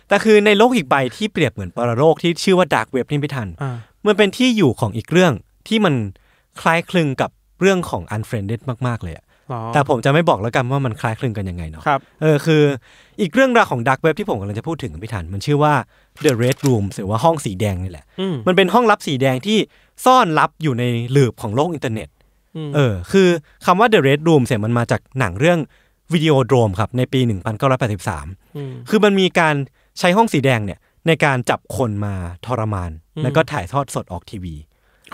C: แต่คือในโลกอีกใบที่เปรียบเหมือนปรโลกที่ชื่อว่าดาร์กเว็บนี่ไม่ทัน
D: อ่า
C: มันเป็นที่อยู่ของอีกเรื่องที่มันคล้ายคลึงกับเรื่องของ Unfriended มาก ๆ เลยอะ
D: หรอ
C: แต่ผมจะไม่บอกแล้วกันว่ามันคล้ายคลึงกันยังไงเนาะ
D: ครับ
C: เออคืออีกเรื่องราวของดักเว็บที่ผมกำลังจะพูดถึงพี่ทัน มันชื่อว่า The Red Room หรือว่าห้องสีแดงนี่แหละ
D: อืม
C: มันเป็นห้องลับสีแดงที่ซ่อนลับอยู่ในหลืบของโลกอินเทอร์เน็ต
D: ม
C: เออคือคำว่า The Red Room เนี่ยมันมาจากหนังเรื่องวิดีโอโดรมครับในปี 1983
D: ม
C: คือมันมีการใช้ห้องสีแดงเนี่ยในการจับคนมาทรมาน
D: อืม
C: แล้วก็ถ่ายทอดสดออกทีวี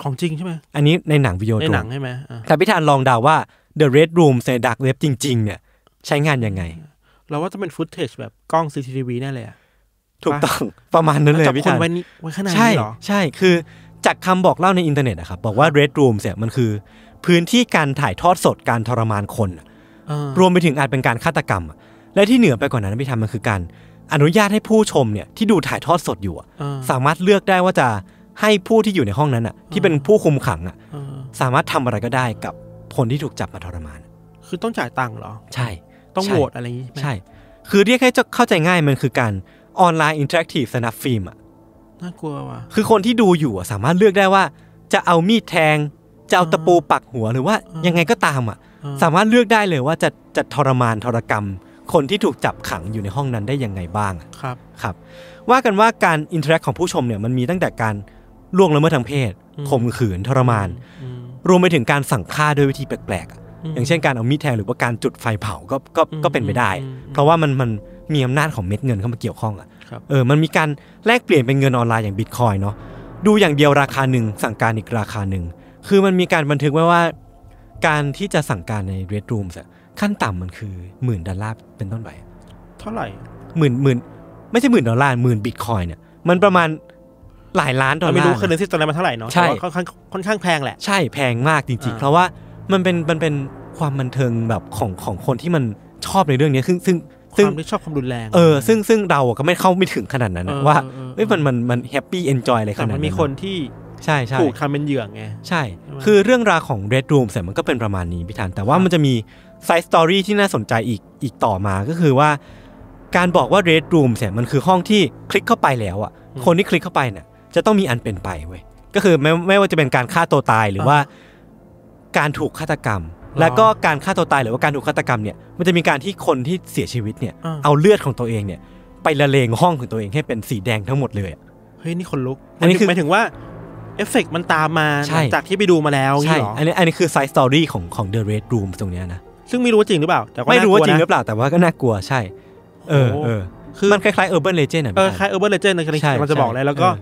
D: ของจริงใช่ไหม
C: อันนี้ในหนังวิดีโอ
D: ใน
C: โดร
D: หนั
C: ม
D: งใช่ไหมอ่า
C: แต่พี่ธานลองเดาว่า The Red Room ในดักเว็บจริงๆเนี่ยใช้งานยังไง
D: เราว่าจะเป็นฟุตเทจแบบกล้อง CCTV แน่เลยอะ
C: ถูก ต้องประมาณนั้นเลย
D: จับ
C: พี่
D: ค
C: ธาน น
D: ไว้นี่ไว้ข้างใน
C: ใช่
D: นี่เหรอ
C: ใช่คือจากคำบอกเล่าในอินเทอร์เน็ตนะครับบอกว่า Red Room เนี่ยมันคือ พื้นที่การถ่ายทอดสดการทรมานคนอะ
D: เออ
C: รวมไปถึงอาจเป็นการฆาตกรรมอะและที่เหนือไปกว่านั้นพี่ทำมันคือการอนุญาตให้ผู้ชมเนี่ยที่ดูถ่ายทอดสดอยู่อะ
D: เออ
C: สามารถเลือกได้ว่าจะให้ผู้ที่อยู่ในห้องนั้นอะที่เป็นผู้คุมขังอะ
D: เออ
C: สามารถทำอะไรก็ได้กับคนที่ถูกจับมาทรมาน
D: คือต้องจ่ายตังค์เหรอ
C: ใช่
D: ต้อง
C: ใช่
D: โหวตอะไรอย่างงี้ไหม
C: ใช่ คือเรียกให้เข้าใจง่ายมันคือการออนไลน์อินเทอร์แอคทีฟสนับฟิล์มอะ
D: น่ากลัวว่ะ
C: คือคนที่ดูอยู่อะสามารถเลือกได้ว่า จะเอามีดแทง จะเอาตะปูปักหัวหรือว่ายังไงก็ตามอ่ะ
D: อ่า
C: สามารถเลือกได้เลยว่าจะจะทรมานทรกรรม คนที่ถูกจับขังอยู่ในห้องนั้นได้ยังไงบ้างอะ
D: ครับ
C: ครับ ว่ากันว่าการอินเทอร์แอคของผู้ชมเนี่ยมันมีตั้งแต่การล่วงละเมิดทางเพศ
D: อืม
C: ข่มขืนทรมาน
D: อืม
C: รวมไปถึงการสั่งฆ่าด้วยวิธีแปลกๆอะ
D: อืม
C: อย่างเช่นการเอามีดแทงหรือว่าการจุดไฟเผาก็ก็
D: อืม
C: ก็เป็นไปได้
D: อืมอืม
C: เพราะว่ามันมันมีอำนาจของเม็ดเงินเข้ามาเกี่ยวข้องอ่ะ
D: ครับ
C: เออมันมีการแลกเปลี่ยนเป็นเงินออนไลน์อย่างบิตคอยเนาะดูอย่างเดียวราคาหนึ่งสั่งการอีกราคาหนึ่งคือมันมีการบันทึกไว้ว่า การที่จะสั่งการในเรดรูมส์ขั้นต่ำมันคือหมื่นดอลลาร์เป็นต้นไปอะ
D: เท่าไหร่
C: หมื่นหมื่นไม่ใช่หมื่นดอลลาร์หมื่นบิตคอยเนี่ยมันประมาณหลายล้านดอลลาร์
D: เราไม่รู้
C: นะ
D: คืนนึงที่ตอนนั้นมันเท่าไหร่เนาะ
C: ใช่
D: แต่ว่าค่อนข้างค่อนข้างแพงแหละ
C: ใช่แพงมากจริงๆ
D: อ่า
C: เพราะว่ามันเป็นมันเป็นความบันเทิงแบบของของคนที่มันชอบในเรื่องเนี้ยซึ่งซึ่ง
D: ค
C: ซึ่ง
D: วามที่ชอบความรุนแรง
C: เออซึ่งซึ่งเราอะก็ไม่เข้าไม่ถึงขนาดนั้นนะ
D: เออ
C: ว่า
D: เออเออ
C: เอ้ยมันมันมันแฮปปี้เอนจอยอะไรข
D: แต่
C: นาด
D: มั
C: นั้นน
D: มีคนที่
C: ใช่ใช่
D: ถูกทำเป็นเหยื่อไง
C: ใช่ คือเรื่องราวของ Red Room เนี่ยมันก็เป็นประมาณนี้พี่ธันแต่ว่ามันจะมีไซส์สตอรี่ที่น่าสนใจอีกอีกต่อมาก็คือว่า การบอกว่า Red Room เนี่ยมันคือห้องที่คลิกเข้าไปแล้วอ่ะ
D: อืม
C: คนที่คลิกเข้าไปเนี่ยจะต้องมีอันเป็นไปเว้ยก็คือไม่ไม่ว่าจะเป็นการฆ่าตัวตายหรือว่า การถูกฆาตกรรม แล้วก็การฆ่าตัวตายหรือว่าการถูกฆาตกรรมเนี่ยมันจะมีการที่คนที่เสียชีวิตเนี่ย
D: อ่า
C: เอาเลือดของตัวเองเนี่ยไปละเลงห้องของตัวเองให้เป็นสีแดงทั้งหมดเลยอะ
D: เฮ้ยนี่คนลุก
C: อันนี้คือ
D: หมายถึงว่าเอฟเฟกต์มันตามมา
C: ใช่
D: หลังจากที่ไปดูมาแล้ว
C: ใช่
D: นี่หรอ
C: อันนี้อันนี้คือไซส์สตอรี่ของของ The Red Room ตรงเนี้ยนะ
D: ซึ่งไม่รู้ว่าจริงหรือเปล่า แต่ก็
C: ไม่รู้ว่าจริงหรือ
D: น่กลันะ
C: เปล่าแต่ว่าก็น่ากลัวใช่ เออ
D: โอ้โห
C: เออ
D: คือ
C: มันคล้ายๆ Urban Legend อ่ะ
D: เออ
C: พี่
D: ค
C: ทั
D: ล้า
C: น
D: ยเออร์เบิร์ตเลเจนด์ในกรณี
C: ใช่
D: มันจะบอก
C: ใช่
D: แล้วแล้วก็
C: เอ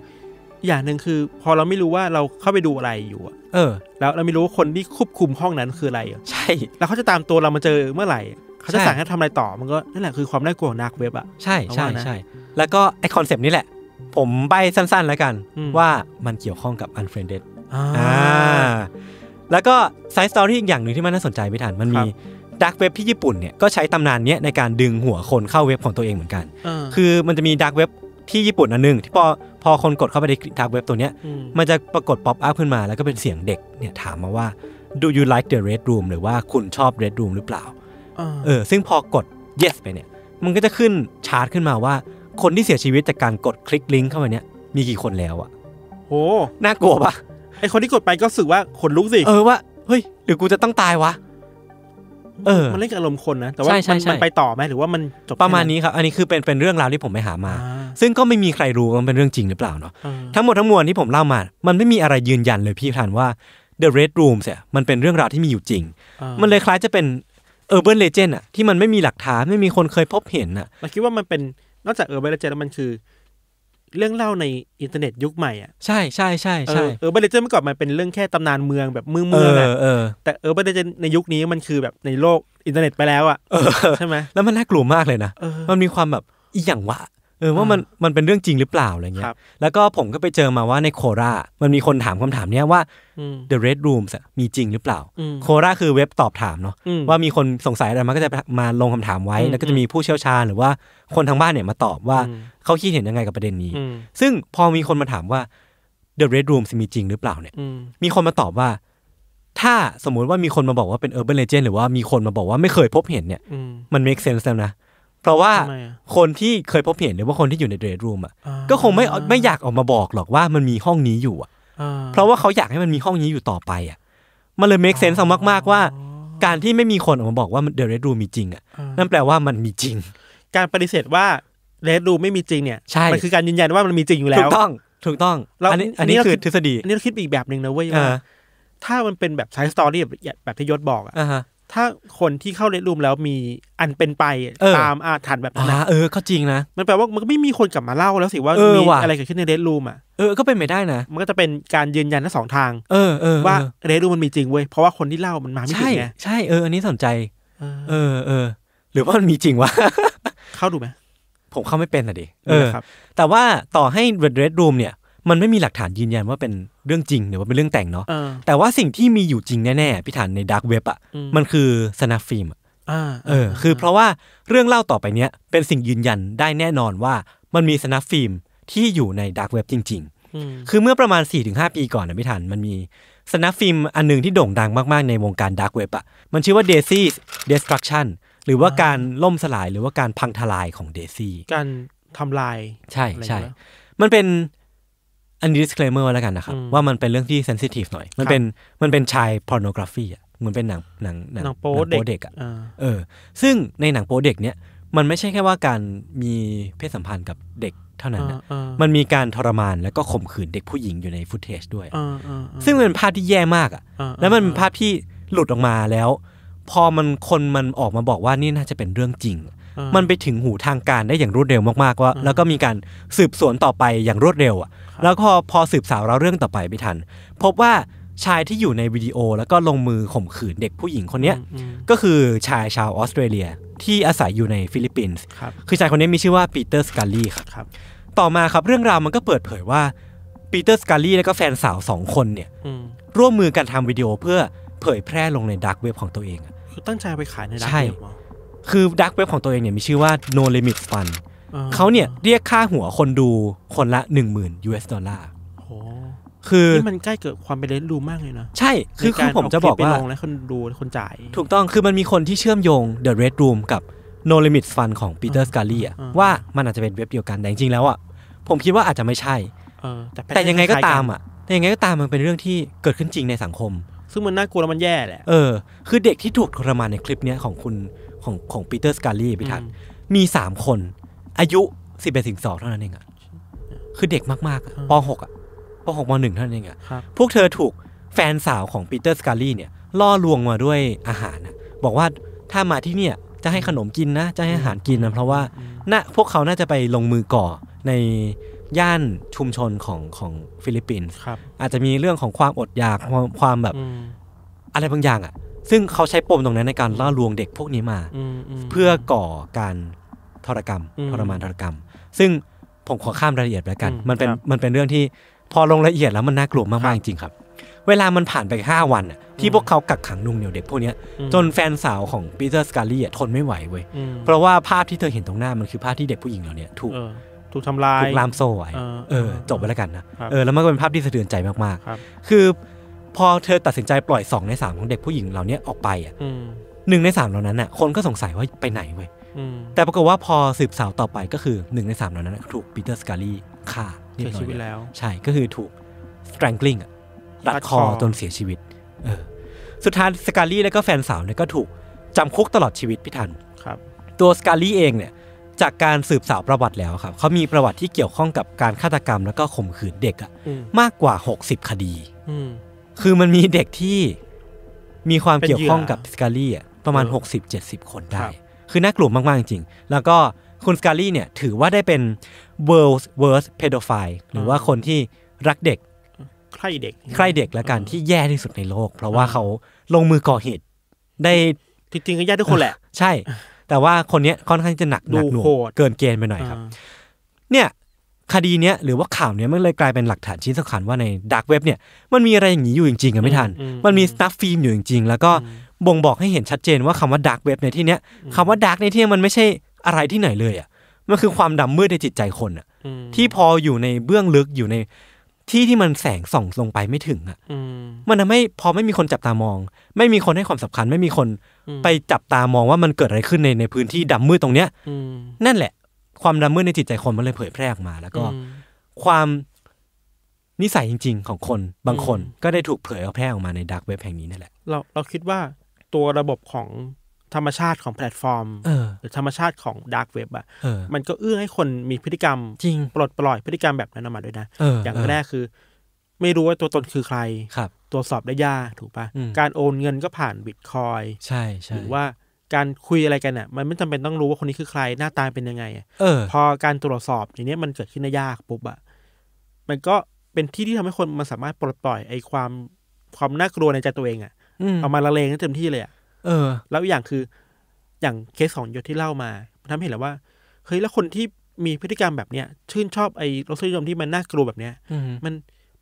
D: อย่างหนึ่งคือ พอเราไม่รู้ว่าเราเข้าไปดูอะไรอยู่อะ
C: เออ
D: แล้วเราไม่รู้ว่าคนที่ควบคุมห้องนั้นคืออะไรอะ
C: ใช่
D: แล้วเขาจะตามตัวเรามาเจอเมื่อไหร่เขาจะ
C: ใช่
D: สั่งให้ทำอะไรต่อมันก็นั่นแหละคือความน่ากลัวของนักเว็บอะ
C: ใช่ใช่
D: เอาว่านะ
C: ใช่แล้วก็ไอคอนเซปต์นี้แหละ ผมใบสั้นๆแล้วกัน
D: อืม
C: ว่ามันเกี่ยวข้องกับ Unfriended
D: อ่า
C: อ่าแล้วก็ไซส์สตอรี่อีกอย่างหนึ่งที่มันน่าสนใจไม่ทันมัน
D: ครั
C: มี
D: บ
C: ดักเว็บที่ญี่ปุ่นเนี่ยก็ใช้ตำนานเนี้ยในการดึงหัวคนเข้าเว็บของตัวเองเหมือนกัน
D: เออ
C: คือมันจะมีดักเว็บที่ญี่ปุ่นอันหนึงที่พอพอคนกดเข้าไปในดักเว็บตัวเนี้ย
D: ม
C: มันจะปรากฏป๊อปอัพขึ้นมา แล้วก็เป็นเสียงเด็กเนี่ยถามมาว่า do you like the red room หรือว่าคุณชอบ red room หรือเปล่า
D: เออ
C: เออซึ่งพอกด yes ไปเนี่ย มันก็จะขึ้นชาร์ตขึ้นมาว่า คนที่เสียชีวิตจากการกดคลิกลิงก์เข้าไปเนี่ยมีกี่คนแล้วอะ
D: โอ้
C: น่ากลัวปะ
D: ไอคนที่กดไปก็รู้สึกว่าขนลุกสิ
C: เออว่าเฮ้ยหรือกูจะต้องตายวะ เออ
D: มันเล่นกับอารมณ์คนนะ แต่ว่า
C: ใช่ใช่
D: มัน
C: ใช่
D: มันไปต่อไหมหรือว่ามันจบ
C: ประมาณนี้ครับ อันนี้คือเป็นเป็นเรื่องราวที่ผมไปหามา
D: อ่า
C: ซึ่งก็ไม่มีใครรู้ว่ามันเป็นเรื่องจริงหรือเปล่าเนาะ
D: เออ
C: ทั้งหมดทั้งมวลที่ผมเล่ามา มันไม่มีอะไรยืนยันเลยพี่ทันว่า The Red Room เนี่ยมันเป็นเรื่องราวที่มีอยู่จริง
D: ออ
C: มันเลยคล้ายจะเป็น Urban Legend อะที่มันไม่มีหลักฐานไม่มีคนเคยพบเห็นอะ
D: เราคิดว่ามันเป็นนอกจากเออร์เบลเจแล้วมันคือ เรื่องเล่าในอินเทอร์เน็ตยุคใหม่อ่ะ
C: ใช่ใช่ใช่
D: เอ
C: ใช่
D: อเออร์เบลเจเมื่อก่อนมันเป็นเรื่องแค่ตำนานเมืองแบบเมือง
C: เอ
D: เมือง
C: อ
D: อะ
C: เออ
D: แต่เออร์เบลเจในยุคนี้มันคือแบบในโลกอินเทอร์เน็ตไปแล้วอ่ะ
C: เอ อ
D: ใช่ไหม
C: แล้วมันน่ากลัวมากเลยนะ
D: เออ
C: มันมีความแบบอีหยังวะเออว่ามันมันเป็นเรื่องจริงหรือเปล่าอะไรเงี้
D: ครั
C: ย
D: บ
C: แล้วก็ผมก็ไปเจอมาว่าในโคราชมันมีคนถามคำถามเนี้ยว่า
D: อืม
C: The Red Rooms อะมีจริงหรือเปล่า
D: อืม
C: โคราคือเว็บตอบถามเนาะ
D: อืม
C: ว่ามีคนสงสัยอะไรมันก็จะมาลงคำถามไว้
D: อืม
C: แล้วก็จะมีผู้เชี่ยวชาญหรือว่าคนทางบ้านเนี่ยมาตอบว่า
D: อืม
C: เขาคิดเห็นยังไงกับประเด็นนี้
D: อืม
C: ซึ่งพอมีคนมาถามว่า The Red Rooms มีจริงหรือเปล่าเนี่ย
D: อืม
C: มีคนมาตอบว่า ถ้าสมมุติว่ามีคนมาบอกว่าเป็นเออร์เบ g e เลเจนหรือว่ามีคนมาบอกว่าไม่เคยพบเห็นเนี่ย
D: อืม
C: มัน make sense แล้วนะ เพราะว่า
D: ทำไมอะ
C: คนที่เคยพบเห็นหรือว่าคนที่อยู่ในเดรสรูมอ่ะ
D: อ่า
C: ก็คงไม่ไม่อยากออกมาบอกหรอกว่ามันมีห้องนี้อยู่อะ
D: อ่
C: เพราะว่าเขาอยากให้มันมีห้องนี้อยู่ต่อไปอ่ะ มันเลย make sense เอามากๆว่า การที่ไม่มีคนออกมาบอกว่าเดรสรูมมีจริงอ่ะ นั่นแปลว่ามันมีจริง
D: การปฏิเสธว่าเรดรูไม่มีจริงเนี่ย
C: ใช่
D: มันคือการยืนยันว่ามันมีจริงอยู่แล้
C: ถู
D: ว
C: กต้อง ถูกต้อง
D: แล้ว
C: อันนี้
D: อั
C: อั
D: น
C: น
D: นี้
C: นี้
D: เรา
C: คือ
D: คิด
C: ทฤษฎี
D: อันนี้เราคิดไปอีกแบบหนึ่งนะเว้ยว่า
C: อ่า
D: ถ้ามันเป็นแบบไซส์สตอรี่แบบแบบที่ยศบอกอะ
C: อ่าฮะ
D: ถ้าคนที่เข้าเรดรูมแล้วมีอันเป็นไป
C: เออ
D: ตามอาถรรพ์แบบนั้น
C: อ่า
D: อะ
C: เออก็จริงนะ
D: มันแปลว่ามันก็ไม่มีคนกลับมาเล่าแล้วสิว่า
C: เออ
D: มี
C: ว่ะ
D: อะไรเกิดขึ้นในเรดรูมอะ
C: เออก็เป็นไปได้นะ
D: มันก็จะเป็นการยืนยันทั้งสองทาง
C: เออเออเออ
D: ว่าเรดรูมมันมีจริงเว้ยเพราะว่าคนที่เล่ามันมาไม่ถึ
C: ใช่
D: งไง
C: ใช่เอออันนี้สนใจ
D: เออ
C: เออเออ หรือว่ามันมีจริงวะ
D: เข้าดูไหม
C: ผมเข้าไม่เป็นอ่ะดิเอ
D: นี่
C: อ
D: แหละครับ
C: แต่ว่าต่อให้ Red Red Room เนี่ย มันไม่มีหลักฐานยืนยันว่าเป็นเรื่องจริงหรือว่าเป็นเรื่องแต่งเนาะ
D: เออ
C: แต่ว่าสิ่งที่มีอยู่จริงแน่ๆพี่ฐานในด a r k กเว็บอ่ะ
D: อืม
C: มันคือสนับฟิล์มอะ
D: อ่า
C: เออ คือเพราะว่าเรื่องเล่าต่อไปเนี้ยเป็นสิ่งยืนยันได้แน่นอนว่ามันมีสนับฟิล์มที่อยู่ในด a r k กเว็บจริง
D: ม
C: ๆ คือเมื่อประมาณ 4-5 ปีก่อนนะพี่ฐานมันมีสนับฟิล์มอันหนึ่งที่โด่งดังมากๆในวงการด a r k กเว็บอ่ะมันชื่อว่า Daisy's Destruction หรือว่าการล่มสลายหรือว่าการพังทลายของ Daisy
D: การทำลาย
C: ใช่
D: อะไร
C: ใช่
D: อยู่แล้ว
C: มันเป็นอันนี้ disclaimer ไว้แล้วกันนะครับ
D: อืม
C: ว่ามันเป็นเรื่องที่ sensitive หน่อย มัน
D: ครับ
C: เป็นมันเป็นชาย pornography อ่ะเหมือนเป็นหนังหนัง
D: หนังโป๊
C: หนัง
D: เด็ก
C: อ่ะ
D: อ่า
C: เออ ซึ่งในหนังโป๊เด็กเนี้ยมันไม่ใช่แค่ว่าการมีเพศสัมพันธ์กับเด็กเท่านั้นนะ
D: อ่าอ่ามั
C: มันมีการทรมานแล้วก็ข่มขืนเด็กผู้หญิงอยู่ในฟุตเทจด้วย
D: อ่าอ่าอ่า
C: ซึ่งมันเป็นภาพที่แย่มากอ่ะ
D: อ่า
C: แล้วมันเป็นภาพที่หลุดออกมาแล้ว พอมันคนมันออกมาบอกว่านี่น่าจะเป็นเรื่องจริง มันไปถึงหูทางการได้อย่างรวดเร็วมากๆว่า แล้วก็มีการสืบสวนต่อไปอย่างรวดเร็วอ่ะ แล้วก็พอสืบสาวเราวเรื่องต่อไปไปทัน พบว่าชายที่อยู่ในวิดีโอแล้วก็ลงมือข่มขืนเด็กผู้หญิงคนเนี้ย
D: อืม
C: ก็คือชายชาวออสเตรเลียที่อาศัยอยู่ในฟิลิปปินส์
D: ครับ
C: คือชายคนนี้มีชื่อว่าปีเตอร์สกาลีครับ
D: ครับ
C: ต่อมาครับเรื่องราวมันก็เปิดเผยว่าปีเตอร์สกาลีและก็แฟนสาวสองคนเนี่ย
D: อืม
C: ร่วมมือกันทำวิดีโอเพื่อเผยแพร่ลงในดักเว็บของตัวเองอะ
D: คือตั้งใจไปขายในร้าน
C: ใช่
D: เดียวเหรอ
C: คือดักเว็บของตัวเองเนี่ยมีชื่อว่า No Limit Fund
D: อ่
C: เขาเนี่ยเรียกค่าหัวคนดูคนละ 10,000 US ดอลลาร์
D: โห
C: คือ
D: นี่มันใกล้เกิดความเป็นเรนรูมากเลยนะ
C: ใช่ คือคือ
D: ในาร
C: ผมจะบอกว่า
D: เคลิปไปลงแล้วคนดูคนจ่าย
C: ถูกต้อง คือมันมีคนที่เชื่อมโยง The Red Room กับ No Limit Fund ของ Peter Scully อะ
D: อ่า
C: ว่ามันอาจจะเป็นเว็บเดียวกัน แต่จริงๆแล้วอ่ะ ผมคิดว่าอาจจะไม่ใช่
D: เออแต่แพท
C: แต่ยังไงก็
D: คล้ๆ
C: ตามอ่ะ แต่ยังไงก็ตามมันเป็นเรื่องที่เกิดขึ้นจริงในสังคม
D: ซึ่งมันน่ากลัวแล้วมันแย่แหละ
C: เออ คือเด็กที่ถูกทรมานในคลิปเนี้ยของคุณของของ Peter Scully พิทัก
D: อืม
C: มีสามคน อายุสิบเอ็ดสิบสองเท่านั้นเองอ่ะ คือเด็กมากๆอะปหกอ่ะปหกมหนึ่งเท่านั้นเองอ่ะ
D: ครับ
C: พวกเธอถูกแฟนสาวของปีเตอร์สกาลี่เนี่ยล่อลวงมาด้วยอาหารนะบอกว่าถ้ามาที่เนี่ยจะให้ขนมกินนะ จะให้อาหารกินนะ เพราะว่าน่ะพวกเขาน่าจะไปลงมือก่อในย่านชุมชนของของฟิลิปปินส์
D: ครับ
C: อาจจะมีเรื่องของความอดอยากความความแบบ
D: อืม
C: อะไรบางอย่างอ่ะ ซึ่งเขาใช้ปมตรงนั้นในการล่อลวงเด็กพวกนี้มา
D: อืมม
C: เพื่อก่อการทรกรรม
D: อืม
C: ทรมานทรกรรม ซึ่งผมขอข้ามรายละเอียดไปแล้วกัน
D: อืม
C: มันเป็น
D: ครับ
C: มันเป็นเรื่องที่พอลงรายละเอียดแล้วมันน่ากลัวมากๆจริงๆครับ เวลามันผ่านไป 5 วันน่ะที่พวกเขากักขังหนุ่งเหนียวเด็กพวกเนี้ยจนแฟนสาวของปีเตอร์สกาลี่ทนไม่ไหวเว้ย
D: อืม
C: เพราะว่าภาพที่เธอเห็นตรงหน้ามันคือภาพที่เด็กผู้หญิงเหล่าเนี้ยถูก
D: เออถูกทำลาย
C: ถูกลามโซ่ไว้
D: เออ
C: เออจบไปแล้วกันนะครับ เออแล้วมันก็เป็นภาพที่สะเทือนใจมาก
D: ครับ
C: ๆคือพอเธอตัดสินใจปล่อยสองในสามของเด็กผู้หญิงเหล่าเนี้ยออกไปอ่ะ
D: อืม
C: หนึ่งในสามเหล่านั้นน่ะคนก็สงสัยว่าไปไหนเว้ย
D: อืม
C: แต่ปรากฏว่าพอสืบสาวต่อไปก็คือหนึ่งในสามเหล่านั้นนะถูกปีเตอร์สกาลีฆ่า
D: เสียชีวิต
C: ย
D: แล้ว
C: ใช่ก็คือถูก strangling อะรัดคอ
D: รัดคอ
C: จนเสียชีวิตเออสุดท้ายสกาลีแล้วก็แฟนสาวเนี่ยก็ถูกจำคุกตลอดชีวิตพี่ทัน
D: ครับ
C: ตัวสกาลีเองเนี่ยจากการสืบสาวประวัติแล้วครับเขามีประวัติที่เกี่ยวข้องกับการฆาตกรรมแล้วก็ข่มขืนเด็กอะ
D: อืม
C: มากกว่า 60 คดี
D: อืม
C: คือมันมีเด็กที่มีความ
D: เป็น
C: เกี่ยวข้อง
D: เหยื่อ
C: กับสกาลี่อะประมาณ
D: เออ
C: 60 70 คนได้
D: ครับ
C: คือน่ากลัวมาก ๆ จริง แล้วก็คุณสกาลี่เนี่ยถือว่าได้เป็น world's worst pedophile หรือว่าคนที่รักเด็ก
D: ใครเด็ก
C: ใคร่เด็กและการที่แย่ที่สุดในโลก เพราะว่าเขาลงมือก่อเหตุได้
D: จริงๆก็ญาติทุกคนแหละ
C: ใช่ แต่ว่าคนเนี้ยค่อนข้างจะหนักหนักหน่วง
D: ดูโหด
C: เกินเกณฑ์ไปหน่อยครับ เนี่ยคดีเนี้ยหรือว่าข่าวเนี้ยมันเลยกลายเป็นหลักฐานชิ้นสำคัญว่าในดักเว็บเนี่ยมันมีอะไรอย่างนี้อยู่จริงๆกันไม่ทัน
D: อืมอืม
C: มันมีสตัฟฟิล์มอยู่จริงๆ แล้วก็บ่งบอกให้เห็นชัดเจนว่าคำว่าดักเว็บในที่เนี้ยคำว่าดักในที่เนี้ยมันไม่ใช่อะไรที่ไหนเลยอ่ะมันคือความดำมืดในจิตใจคนอ่ะ
D: อืม
C: ที่พออยู่ในเบื้องลึกอยู่ใน ที่ที่มันแสงส่องลงไปไม่ถึงอ่ะ
D: อืม
C: มันทำให้พอไม่มีคนจับตามอง ไม่มีคนให้ความสำคัญ ไม่มีคน
D: อืม
C: ไปจับตามองว่ามันเกิดอะไรขึ้นในในพื้นที่ดำมืดตรงเนี้ย
D: อืม
C: นั่นแหละ ความดำมืดในจิตใจคนมันเลยเผยแพร่ออกมา แล้วก็
D: อืม
C: ความนิสัยจริง ๆ ของคนบางคน
D: อืม
C: ก็ได้ถูกเผยแพร่ออกมาในดักเว็บแห่งนี้นั่นแหละ
D: เราเราคิดว่าตัวระบบของธรรมชาติของแพลตฟอร์ม
C: เออ
D: หรือธรรมชาติของดาร์กเว็บอะ
C: เออ
D: มันก็เอื้อให้คนมีพฤติกรรม
C: จริง
D: ปลดปล่อยพฤติกรรมแบบนั้นออกมาด้วยนะ
C: เออ
D: อ
C: อย่าง
D: แรกคือ ไม่รู้ว่าตัวตนคือใคร
C: ครับ
D: ตรวจสอบได้ยากถูกปะ
C: อืม
D: การโอนเงินก็ผ่านบิตคอย
C: ใช่ใช่
D: หรือว่าการคุยอะไรกันอ่ะ มันไม่จำเป็นต้องรู้ว่าคนนี้คือใครหน้าตาเป็นยังไงอะ
C: เออ
D: พอการตรวจสอบอย่างเนี้ยมันเกิดขึ้นได้ยากปุ๊บอ่ะมันก็เป็นที่ที่ทำให้คนมันสามารถปลดปล่อยไอ้ความความน่ากลัวในใจตัวเองอ่ะ
C: อืม
D: เอามาละเลงให้เต็มที่เลยอ่ะ
C: เออ
D: แล้วอีกอย่างคืออย่างเคสของยศที่เล่ามามันทำให้เห็นแล้วว่าเฮ้ยแล้วคนที่มีพฤติกรรมแบบเนี้ยชื่นชอบไอ้รสนิยมที่มันน่ากลัวแบบเนี้ย
C: อืม
D: มัน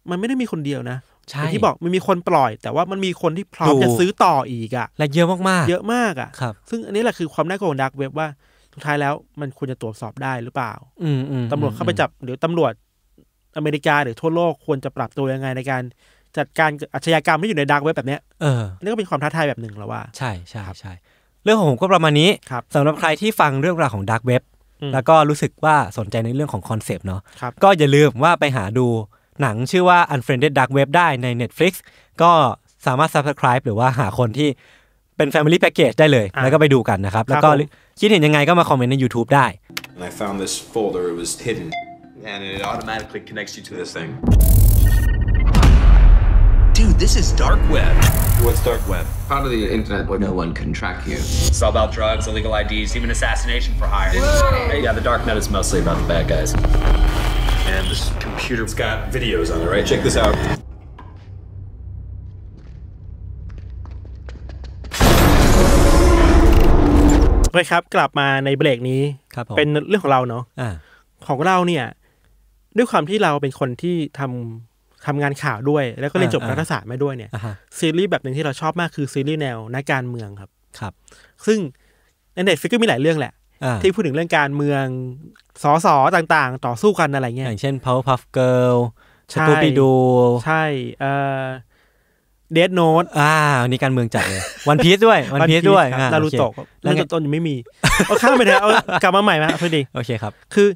D: มันไม่ได้มีคนเดียวนะ
C: ใช่
D: อย่างที่บอกมันมีคนปล่อย แต่ว่ามันมีคนที่พร้อม
C: ดู
D: จะซื้อต่ออีกอะ่ะ
C: และเยอะมากๆ
D: เยอะมากอะ่ะ
C: ครับ
D: ซึ่งอันนี้แหละคือความน่ากลัวของดักเว็บว่าสุดท้ายแล้วมันควรจะตรวจสอบได้หรือเปล่า
C: อืมอืม
D: ตำรวจเข้าไปจับหรือตำรวจอเมริกาหรือทั่วโลกควรจะปรับตัวยังไงในการจัดการอาชญากรรมที่อยู่ในดักเว็บแบบเนี้ย
C: เออ
D: อันนี่ก็เป็นความท้าทายแบบหนึ่งแล้วว่า
C: ใช่ใช่ใช่เรื่องของผมก็ประมาณนี้
D: ครับ
C: สำหรับใครที่ฟังเรื่องราวของดักเว็บ
D: อืม
C: แล้วก็รู้สึกว่าสนใจในเรื่องของคอนเซปต์เนาะ
D: ครับ
C: ก็อย่าลืมว่าไปหาดูหนังชื่อว่า Unfriended Dark Web ได้ใน Netflix ก็สามารถ Subscribe หรือว่าหาคนที่เป็น Family Package ได้เลย
D: อ่ะ
C: แล้วก็ไปดูกันนะครับ
D: ครับ
C: แล้วก็
D: ผม
C: คิดเห็นยังไงก็มาคอมเมนต์ใน YouTube ได้
E: and I found this folder. It was hidden, and it automatically connects you to this thing.
F: Dude, this is dark web.
E: What's dark web?
F: Part of the internet where no one can track you.
G: It's all about drugs, illegal IDs, even assassination for hire.
F: Yeah, the dark net is mostly about the bad guys.
E: And this computer's got videos on it, right? Check this out.
D: โอเคครับ กลับมาในเบรกนี้
C: ครับผม
D: เป็นเรื่องของเราเนาะ
C: อ่า
D: ของเราเนี่ยด้วยความที่เราเป็นคนที่ทำทำงานข่าวด้วย แล้วก็เรียนจบ
C: อ่า
D: รัฐศาสตร์มาด้วยเนี่ย
C: อ่าฮะ
D: ซีรีส์แบบหนึ่งที่เราชอบมากคือซีรีส์แนวนักการเมืองครับ
C: ครับ
D: ซึ่งในเน็ตฟิกก็มีหลายเรื่องแหละ
C: อ่า
D: ที่พูดถึงเรื่องการเมืองสอสอต่างๆ ต่อสู้กันอะไรเงี้
C: อย ย่างเช่น Powerpuff Girl
D: ใช่
C: Scooby Doo
D: ใช่เอ่อเดดโนด
C: อ่าวันนี้การเมืองจัดเลย One Piece ด้วย One Piece ด้วยอ่
D: นารูโตะ
C: โอเค แล้
D: นาว รู
C: ไง
D: โตะยังไม่มีเอาข้ามไปเถอะเอากลับมาใหม่มาพอดี
C: โอเคครับ
D: คือ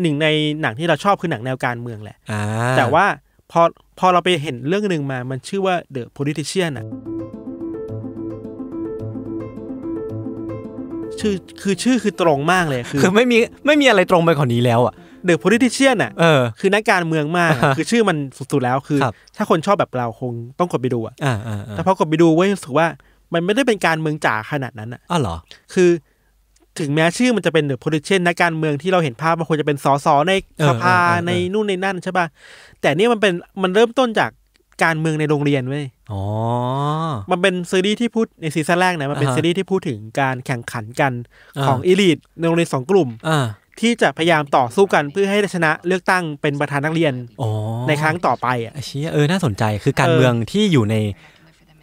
D: หนึ่งในหนังที่เราชอบคือหนังแนวการเมืองแหละ
C: อ่า
D: แต่ว่าพอพอเราไปเห็นเรื่องหนึ่งมา มันชื่อว่า The Politician อะชื่อคือชื่อคือตรงมากเลยคือ
C: คือไม่มีไม่มีอะไรตรงไปกว่านี้แล้วอ่ะ
D: The Politician อะ
C: เออ
D: คือนักการเมืองมากอะคือชื่อมันสุดๆแล้วคือ
C: ครับ
D: ถ้าคนชอบแบบเราคงต้องกดไปดูอะ
C: อ่าอ่าอา
D: แต่พอกดไปดูเว้ยรู้สึกว่ามันไม่ได้เป็นการเมืองจ๋าขนาดนั้นอะ
C: อ้าวเหรอ
D: คือ ถึงแม้ชื่อมันจะเป็น The Politician นักการเมืองที่เราเห็นภาพมันควรจะเป็นสสในสภา
C: เออเออเออ
D: ในนู่นในนั่นใช่ป่ะแต่เนี่ยมันเป็นมันเริ่มต้นจากการเมืองในโรงเรียนเว้ย
C: อ๋อ
D: มันเป็นซีรีส์ที่พูดในซีซั่นแรกนะมันเป็น
C: อ่าฮะ
D: ซีรีส์ที่พูดถึงการแข่งขันกัน
C: อ่า
D: ของอ l ลิทในโรงเรียนสองกลุ่ม
C: อ่า
D: ที่จะพยายามต่อสู้กันเพื่อให้ได้ชนะเลือกตั้งเป็นประธานนักเรียน
C: อ๋อ
D: ในครั้งต่อไปอ่ะ
C: ไอ้เชี้ยเออน่าสนใจคือการ
D: เออ
C: เมืองที่อยู่ใน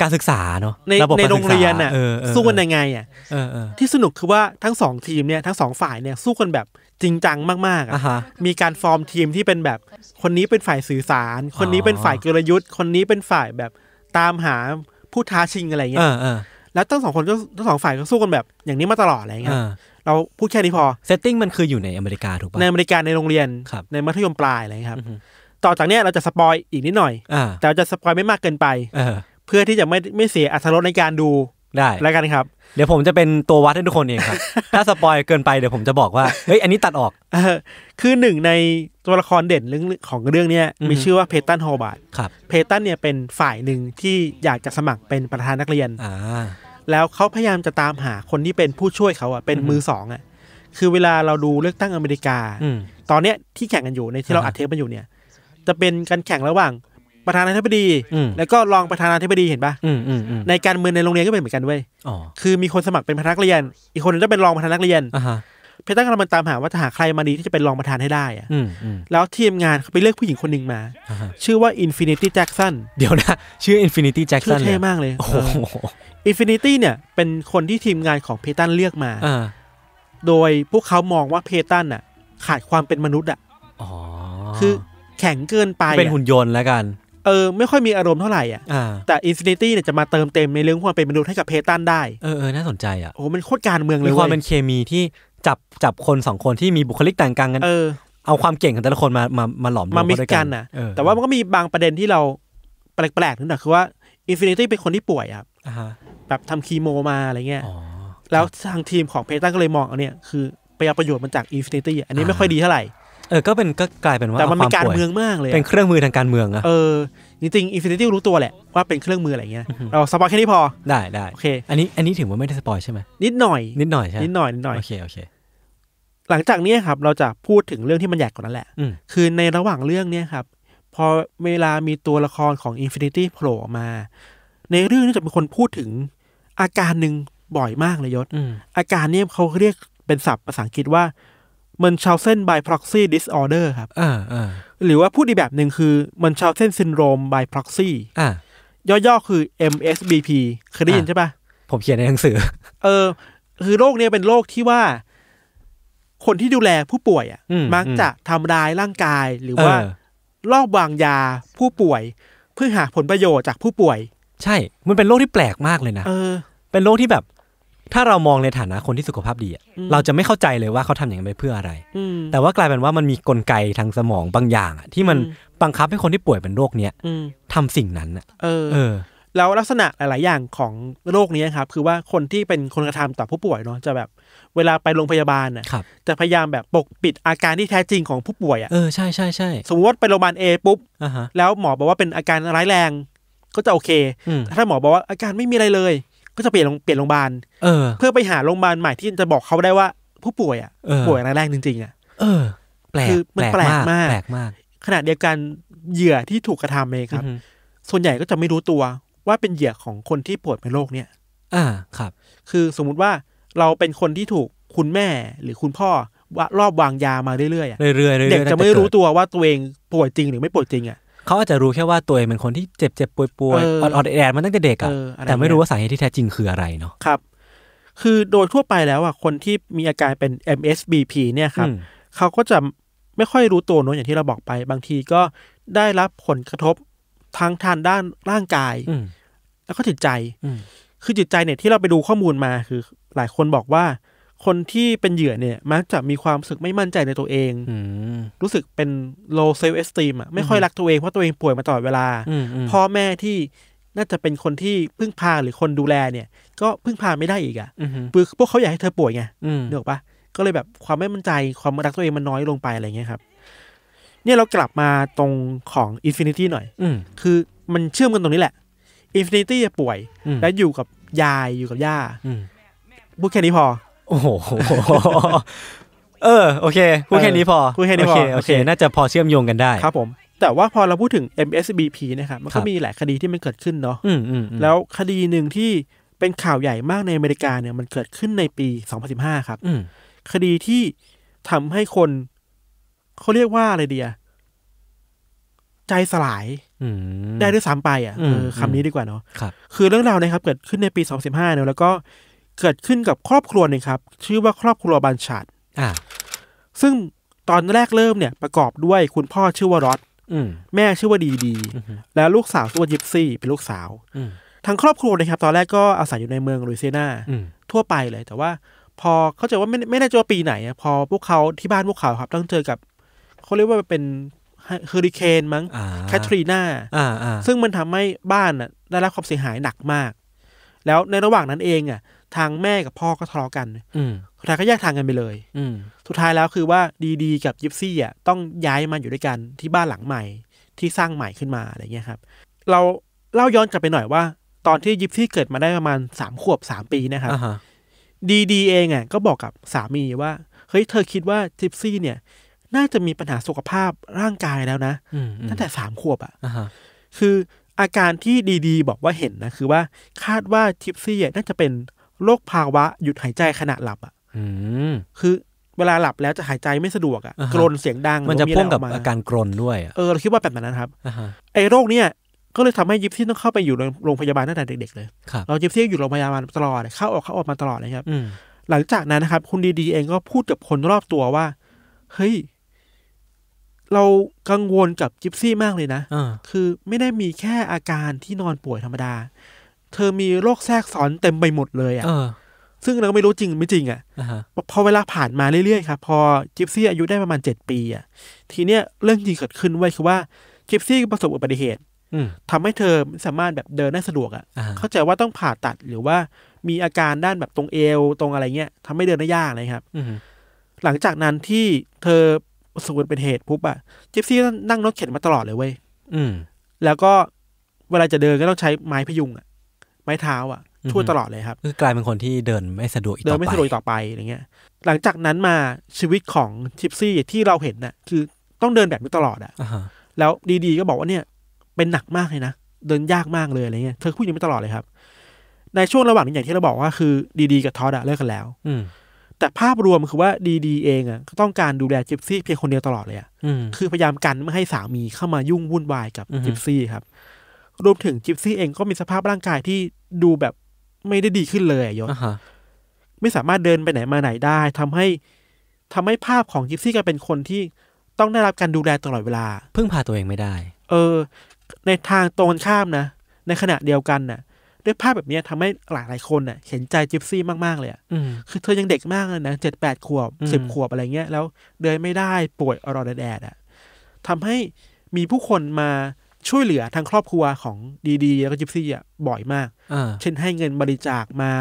C: การศึกษาเนาะ
D: ใน
C: ระบบ
D: ใน
C: การ
D: โร
C: ศึ
D: ง
C: กษา
D: เรียนอ่ะ
C: เออเออ
D: สู้กันยังไงอ่ะ
C: เออเออ
D: ที่สนุกคือว่าทั้งสองทีมเนี่ยทั้งสองฝ่ายเนี่ยสู้กันแบบจริงจังมากๆอ่ะ
C: อ่ะฮะ
D: มีการฟอร์มทีมที่เป็นแบบคนนี้เป็นฝ่ายสื่อสาร คนนี้
C: อ๋อ
D: เป็นฝ่ายกลยุทธ์ คนนี้เป็นฝ่ายแบบตามหาผู้ท้าชิงอะไรเงี้
C: เอย อเออ
D: แล้วทั้งสองคนก็ทั้งสองฝ่ายก็สู้กันแบบอย่างนี้มาตลอดอะไรเงี้
C: เอย อ
D: เราพูดแค่นี้พอ
C: เซตติ้งมันคืออยู่ในอเมริกาถูกป่ะ
D: ในอเมริกาในโรงเรียน
C: ครับ
D: ในมัธยมปลายอะไรอย่างเงี้ยครับ ต่อจากเนี้ยเราจะสปอยอีกนิดหน่อย
C: อ่า
D: แต่เราจะสปอยไม่มากเกินไป
C: เออ
D: เพื่อที่จะไม่ไม่เสียอรรถรสในการดู
C: ได้
D: แล้วกันครับ
C: เดี๋ยวผมจะเป็นตัววัดให้ทุกคนเองครับ ถ้าสปอยเกินไปเดี๋ยวผมจะบอกว่า เฮ้ย อันนี้ตัดออก
D: เออคือหนึ่งในตัวละครเด่นเรื่องของเรื่องเนี้ยมีชื่อว่าเพตันฮอบาร์ด
C: ครับ
D: เพตันเนี่ยเป็นฝ่ายหนึ่งที่อยากจะสมัครเป็นประธานนักเรียน
C: อ่า
D: แล้วเขาพยายามจะตามหาคนที่เป็นผู้ช่วยเขาอ่ะเป็นมือสองอ่ะคือเวลาเราดูเลือกตั้งอเมริกา
C: อืม
D: ตอนเนี้ยที่แข่งกันอยู่ในที่เรา
C: อ่าฮะ
D: อัดเทปกันอยู่เนี่ย จะเป็นการแข่งระหว่างประธานาธิบดี
C: อืม
D: แล้วก็รองประธานาธิบดีเห็นปะ
C: อืมอืมอืม
D: ในการเมืองในโรงเรียนก็เป็นเหมือนกันเว้ย
C: อ๋อ
D: คือมีคนสมัครเป็นประธานนักเรียน อีกคนหนึงจะเป็นรองประธานนักเรียน
C: อ่ะฮะ
D: เพชรตั้งกำลังตามหาว่าจะหาใครมาดีที่จะเป็นรองประธานให้ได้อะ
C: อืมอืม
D: แล้วทีมงานเขาไปเลือกผู้หญิงคนหนึ่งมา
C: อ่ะฮะ
D: ชื่อว่า Infinity Jackson
C: เดี๋ยวนะชื่อ Infinity
D: ชื่อ
C: Jackson
D: เท่มากเลย
C: โอ้โห
D: อินฟินิตี้เนี่ยเป็นคนที่ทีมงานของเพตันเลือกมา
C: อ่า
D: โดยพวกเขามองว่าเพตันน่ะขาดความเป็นมนุษย์อ่ะ
C: อ๋อ
D: คือ แข็งเกินไปอะ
C: เป็นหุ่นยนต์แล้วกัน
D: เออไม่ค่อยมีอารมณ์เท่าไหร่อ่ะ
C: อ่า
D: แต่อินฟินิตี้เนี่ยจะมาเติมเต็มในเรื่องความเป็นมนุษย์ให้กับเพตันได้
C: เออเออน่าสนใจอ่ะ
D: โอ้โหมันโคตรการเมืองเล
C: มี
D: ย
C: ความ
D: เว้ย
C: เป็นเคมีที่จับจับคนสองคนที่มีบุคลิกต่างกันกัน
D: เออ
C: เอาความเก่งของแต่ละคนมามามาหลอมรว
D: มามิก
C: เข้ด้วย
D: กันนะ
C: เออ
D: แต่ว่ามันก็มีบางประเด็นที่เราแปลกๆนิดหน่อยคือว่าอินฟินิตี้เป็นคนที่ป่วยอะครับ
C: อ่าฮะ
D: แบบทำคีโมมาอะไรเงี้ย
C: อ๋อ
D: แล้วทางทีมของเพตันก็เลยมองเอาเนี่ยคือไปเอาประโยชน์มาจากอินฟินิตี้อันนี้ไม่ค่อยดีเท่าไหร่
C: เออก็เป็นก็กลายเป็นว่า
D: แต่มันมี
C: คว
D: การ
C: ป่วย
D: เมืองมากเลยอะ
C: เป็นเครื่องมือทางการเมืองอะ
D: เออจริงๆอินฟินิตี้รู้ตัวแหละว่าเป็นเครื่องมืออะไรเงี้ยเราสปอยแค่นี้พอ
C: ได้ได้
D: โอเค
C: อันนี้อันนี้ถือว่าไม่ได้สปอยใช่ไหม
D: นิดหน่อย
C: นิดหน่อยใช่ไหม
D: นิดหน่อยนิดหน่อย
C: โอเคโอเค
D: หลังจากเนี้ยครับเราจะพูดถึงเรื่องที่มันใหญ่กว่านั้นแหละ
C: อืม
D: คือในระหว่างเรื่องเนี้ยครับ พอเวลามีตัวละครของ Infinity โผล่ออกมา ในเรื่องเนี้จะเป็นคนพูดถึงอาการหนึ่งบ่อยมากเลยยศ
C: อืม
D: อาการเนี้ยเขาเรียกเป็นศัพท์ภาษาอังกฤษว่า m u n c h a u s e n by proxy disorder ครับ
C: อ่าอ่า
D: หรือว่าพูดอีกแบบหนึ่งคือ m u n c h a u s e n syndrome by proxy
C: อ่า
D: ย่อๆคือ MSBP เคยได้ยิน
C: อ่ะ
D: ใช่ปะ
C: ผมเขียนในหนังสือ
D: เออคือโรคเนี้ยเป็นโรคที่ว่า คนที่ดูแลผู้ป่วยอ่ะ
C: อืม
D: มักจะทำร้ายร่างกายหรือ
C: เอ
D: ว่า
C: อ
D: ลอบวางยาผู้ป่วย เพื่อหาผลประโยชน์จากผู้ป่วย
C: ใช่ มันเป็นโรคที่แปลกมากเลยนะ
D: เออ
C: เป็นโรคที่แบบ ถ้าเรามองในฐานะคนที่สุขภาพดีอะเราจะไม่เข้าใจเลยว่าเขาทำอย่างนั้นไปเพื่ออะไร
D: อืม
C: แต่ว่ากลายเป็นว่ามันมีกลไกทางสมองบางอย่างอะที่มัน
D: อืม
C: บังคับให้คนที่ป่วยเป็นโรคเนี้ย
D: อืม
C: ทำสิ่งนั้นอะ
D: เออ
C: เออ
D: แล้วลักษณะหลาย ๆ อย่างของโรคเนี้ยครับ คือว่าคนที่เป็นคนกระทำต่อผู้ป่วยเนาะจะแบบ เวลาไปโรงพยาบาลน่ะ
C: ครับ
D: จะพยายามแบบปกปิดอาการที่แท้จริงของผู้ป่วยอ่ะ
C: เออใช่ใช่ใช่
D: สมมติว่าไปโรงพยาบาลเอปุ๊บ
C: อ่าฮะ
D: แล้วหมอบอกว่าเป็นอาการร้ายแรง ก็จะโอเค
C: อืม
D: ถ้าหมอบอกว่าอาการไม่มีอะไรเลย ก็จะเปลี่ยนโรงเปลี่ยนโรงพยาบาล
C: เออ
D: เพื่อไปหาโรงพยาบาลใหม่ที่จะบอกเขาได้ว่าผู้ป่วยอ่ะ
C: เออ
D: ป่วยร้ายแรงจริงๆอ่ะ
C: เออ แปลก
D: คือมันแปลกมาก
C: แปลกมาก
D: ขณะเดียวกันเหยื่อที่ถูกกระทำเองครับ
C: อือฮึ
D: ส่วนใหญ่ก็จะไม่รู้ตัวว่าเป็นเหยื่อของคนที่ป่วยเป็นโรคเนี่ย
C: อ่าครับ
D: คือสมมุติว่าเราเป็นคนที่ถูกคุณแม่หรือคุณพ่อว่ารอบวางยามาเรื่อยๆอะ
C: เรื่อยๆเรื่อยๆ
D: เด็กจะ
C: ตั้ง
D: ไม่
C: แต่
D: รู้
C: เกิด
D: ตัวว่าตัวเองป่วยจริงหรือไม่ป่วยจริงอ่ะ
C: เขาอาจจะรู้แค่ว่าตัวเองเป็นคนที่เจ็บเจ็บป่วยป่วย
D: เออ
C: อ่อนอ่อนแอดๆมันตั้งแต่เด็กอะ
D: เอออะไร
C: แต่ไม่รู้ว่าสาเหตุที่แท้จริงคืออะไรเนาะ
D: ครับ คือโดยทั่วไปแล้วอ่ะ คนที่มีอาการเป็น MSBP เนี่ยครับ
C: อืม
D: เขาก็จะไม่ค่อยรู้ตัวเนอะอย่างที่เราบอกไป บางทีก็ได้รับผลกระทบทางทางด้านร่างกาย
C: อืม
D: แล้วก็จิตใจ
C: อืม
D: คือจิตใจเนี่ยที่เราไปดูข้อมูลมาคือ หลายคนบอกว่า คนที่เป็นเหยื่อเนี่ย มักจะมีความรู้สึกไม่มั่นใจในตัวเอง
C: อืม
D: รู้สึกเป็น low self esteem อ่ะไม่ค่อยรักตัวเองเพราะตัวเองป่วยมาตลอดเวลา
C: อืมอืม
D: พ่อแม่ที่น่าจะเป็นคนที่พึ่งพาหรือคนดูแลเนี่ย ก็พึ่งพาไม่ได้อีกอ่ะ
C: อืม
D: คือพวกเขาอยากให้เธอป่วยไง
C: อืม
D: นึกออกปะก็เลยแบบความไม่มั่นใจความรักตัวเองมันน้อยลงไปอะไรเงี้ยครับ เนี่ยเรากลับมาตรงของอินฟินิตี้หน่อย
C: อืม
D: คือมันเชื่อมกันตรงนี้แหละอินฟินิตี้ป่วย
C: อืม
D: และอยู่กับยายอยู่กับย่า
C: อืม
D: พูดแค่นี้พอ
C: โอ้โห เออโอเคพูดแค่นี้พอ
D: พูดแค่นี้พ
C: โอ
D: อ
C: เคโอเค
D: โอเค
C: น่าจะพอเชื่อมโยงกันได้
D: ครับผม แต่ว่าพอเราพูดถึง MSBP นะครับ มัน
C: ครั
D: ก็
C: บ
D: มีหลายคดีที่มันเกิดขึ้นเนาะ
C: อืมอืมอืม
D: แล้วคดีหนึ่งที่เป็นข่าวใหญ่มากในอเมริกาเนี่ยมันเกิดขึ้นในปี 2015 ครับ
C: อืม
D: คดีที่ทำให้คนเขาเรียกว่าอะไรเดียใจสลาย
C: อืม
D: ได้ด้วยซ้ำไปอ่ะ
C: อืม
D: เออคำนี้ดีกว่าเนาะ
C: ครับ
D: คือเรื่องราวเนะครับ เกิดขึ้นในปี 2015เนอะแล้วก็เกิดขึ้นกับครอบครัวหนึ่งครับ ชื่อว่าครอบครัวบันชาด
C: อ่า
D: ซึ่งตอนแรกเริ่มเนี่ยประกอบด้วยคุณพ่อชื่อว่ารอด
C: อืม
D: แม่ชื่อว่าดีดี และลูกสาวชื่อว่ายิปซี่เป็นลูกสาว
C: อืม
D: ทั้งครอบครัวนะครับ ตอนแรกก็อาศัยอยู่ในเมืองลุยเซียนา
C: อืม
D: ทั่วไปเลย แต่ว่าพอเข้าใจว่าไม่ไม่แน่ใจว่าปีไหนอะพอพวกเขาที่บ้านพวกเขาครับต้องเจอกับเขาเรียกว่าเป็นเฮอริเคนมั้ง
C: อ่า
D: แคทรีนา
C: อ่าอ่า
D: ซึ่งมันทำให้บ้านน่ะได้รับความเสียหายหนักมาก แล้วในระหว่างนั้นเองอ่ะ ทางแม่กับพ่อก็ทะเลาะกัน
C: อืม
D: สุดท้ายก็แยกทางกันไปเลย
C: อืม
D: สุดท้ายแล้วคือว่าดีๆกับยิปซี่อ่ะต้องย้ายมาอยู่ด้วยกันที่บ้านหลังใหม่ที่สร้างใหม่ขึ้นมาอะไรเงี้ยครับ เราเล่าย้อนกลับไปหน่อยว่า ตอนที่ยิปซี่เกิดมาได้ประมาณสามขวบสามปีนะครับ
C: อ่าฮะ
D: ดีดีเองอ่ะก็บอกกับสามีว่าเฮ้ยเธอคิดว่ายิปซี่เนี่ย น่าจะมีปัญหาสุขภาพร่างกายแล้วนะ
C: อืมอืม
D: ตั้งแต่สามขวบอ่ะ
C: อ่าฮะ
D: คืออาการที่ดีๆ บอกว่าเห็นนะ คือว่าคาดว่าทิปซี่น่าจะเป็นโรคภาวะหยุดหายใจขณะหลับอ่ะ
C: อืม
D: คือเวลาหลับแล้วจะหายใจไม่สะดวกอ่ะ
C: อ่าฮะ
D: กรนเสียงดัง
C: มันจะ
D: หรื
C: พ่
D: ว่
C: วงกับ
D: ะไ
C: อาการกรนด้วยอ่ะ
D: เออเราคิดว่าแบบนั้นนะครับ
C: อ่าฮะ
D: ไอ้โรคเนี้ยก็เลยทำให้ยิปซี่ต้องเข้าไปอยู่โรงพยาบาลตั้งแต่เด็กๆเลย
C: ครับ
D: เรายิปซี่อยู่โรงพยาบาลตลอดเข้าออกเข้าออกมาตลอดเลยครับ
C: อืม
D: หลังจากนั้นนะครับ คุณดีๆเองก็พูดกับคนรอบตัวว่า เฮ้ย เรากังวลกับจิปซี่มากเลยนะ
C: เออ
D: คือไม่ได้มีแค่อาการที่นอนป่วยธรรมดา เธอมีโรคแทรกซ้อนเต็มไปหมดเลย
C: เอ
D: อะ่ะ
C: อ
D: ซึ่งเราก็ไม่รู้จริงไม่จริงอะ่ะ
C: อ่าฮะ
D: พอเวลาผ่านมาเรื่อยๆครับ พอจิปซี่อายุได้ประมาณเจ็ดปีอะ่ะ ทีเนี้ยเรื่องจริงเกิดขึ้นไว้ยคือว่าจิปซี่ประสบอุบัติเหตุ
C: อืม
D: ทำให้เธอไม่สามารถแบบเดินได้สะดวก
C: อ่า
D: อะ่ะ เข้าใจว่าต้องผ่าตัดหรือว่ามีอาการด้านแบบตรงเอวตรงอะไรเงี้ยทำให้เดินได้ยากเลยครับ
C: อืม
D: หลังจากนั้นที่เธอประสบอุบัติเหตุปุ๊บอะ่ะจิปซี่นั่งรถเข็นมาตลอดเลยเว้ย
C: อืม
D: แล้วก็เวลาจะเดินก็ต้องใช้ไม้พยุงอะไม้เท้าอะ
C: อือฮึ
D: ช่วยตลอดเลยครับ
C: คือกลายเป็นคนที่เดินไม่สะดวกอีก
D: เดิ
C: ต่อ
D: น
C: ไป
D: ไม่สะดวกต่อไปอย่างเงี้ย หลังจากนั้นมาชีวิตของจิปซี่ที่เราเห็นน่ะคือต้องเดินแบบนี้ตลอดอะ
C: อ่าฮะ
D: แล้วดีๆก็บอกว่าเนี่ยเป็นหนักมากเลยนะเดินยากมากเลยอะไรเงี้ยเธอพูดอย่างนี้มาตลอดเลยครับ ในช่วงระหว่างนี้อย่างที่เราบอกว่าคือดีๆกับทอดอะเลิกกันแล้ว
C: อืม
D: แต่ภาพรวมคือว่าดีๆเองอะก็ต้องการดูแลจิปซี่เพียงคนเดียวตลอดเลยอะ
C: อืม
D: คือพยายามกันไม่ให้สามีเข้ามายุ่งวุ่นวายกับ
C: อือฮึ
D: จิปซี่ครับ รวมถึงจิปซี่เองก็มีสภาพร่างกายที่ดูแบบไม่ได้ดีขึ้นเลยอะยศ
C: อ่าฮะ
D: ไม่สามารถเดินไปไหนมาไหนได้ทำให้ทำให้ภาพของจิปซี่กลายเป็นคนที่ต้องได้รับการดูแลตลอดเวลา
C: พึ่งพาตัวเองไม่ได้
D: เออ ในทางตรงกันข้ามนะ ในขณะเดียวกันน่ะ ด้วยภาพแบบเนี้ยทำให้หลายหลายๆคนน่ะ เห็นใจจิปซี่มากๆเลยอะ
C: อืม
D: คือเธอยังเด็กมากเลยนะเจ็ดแปดขวบ
C: อืม
D: สิบขวบอะไรเงี้ย แล้วเดินไม่ได้ป่วยอรอดแดดอะทำให้มีผู้คนมาช่วยเหลือทางครอบครัวของดีๆแล้วก็จิปซี่อะบ่อยมาก
C: อ่า
D: เช่นให้เงินบริจาคมา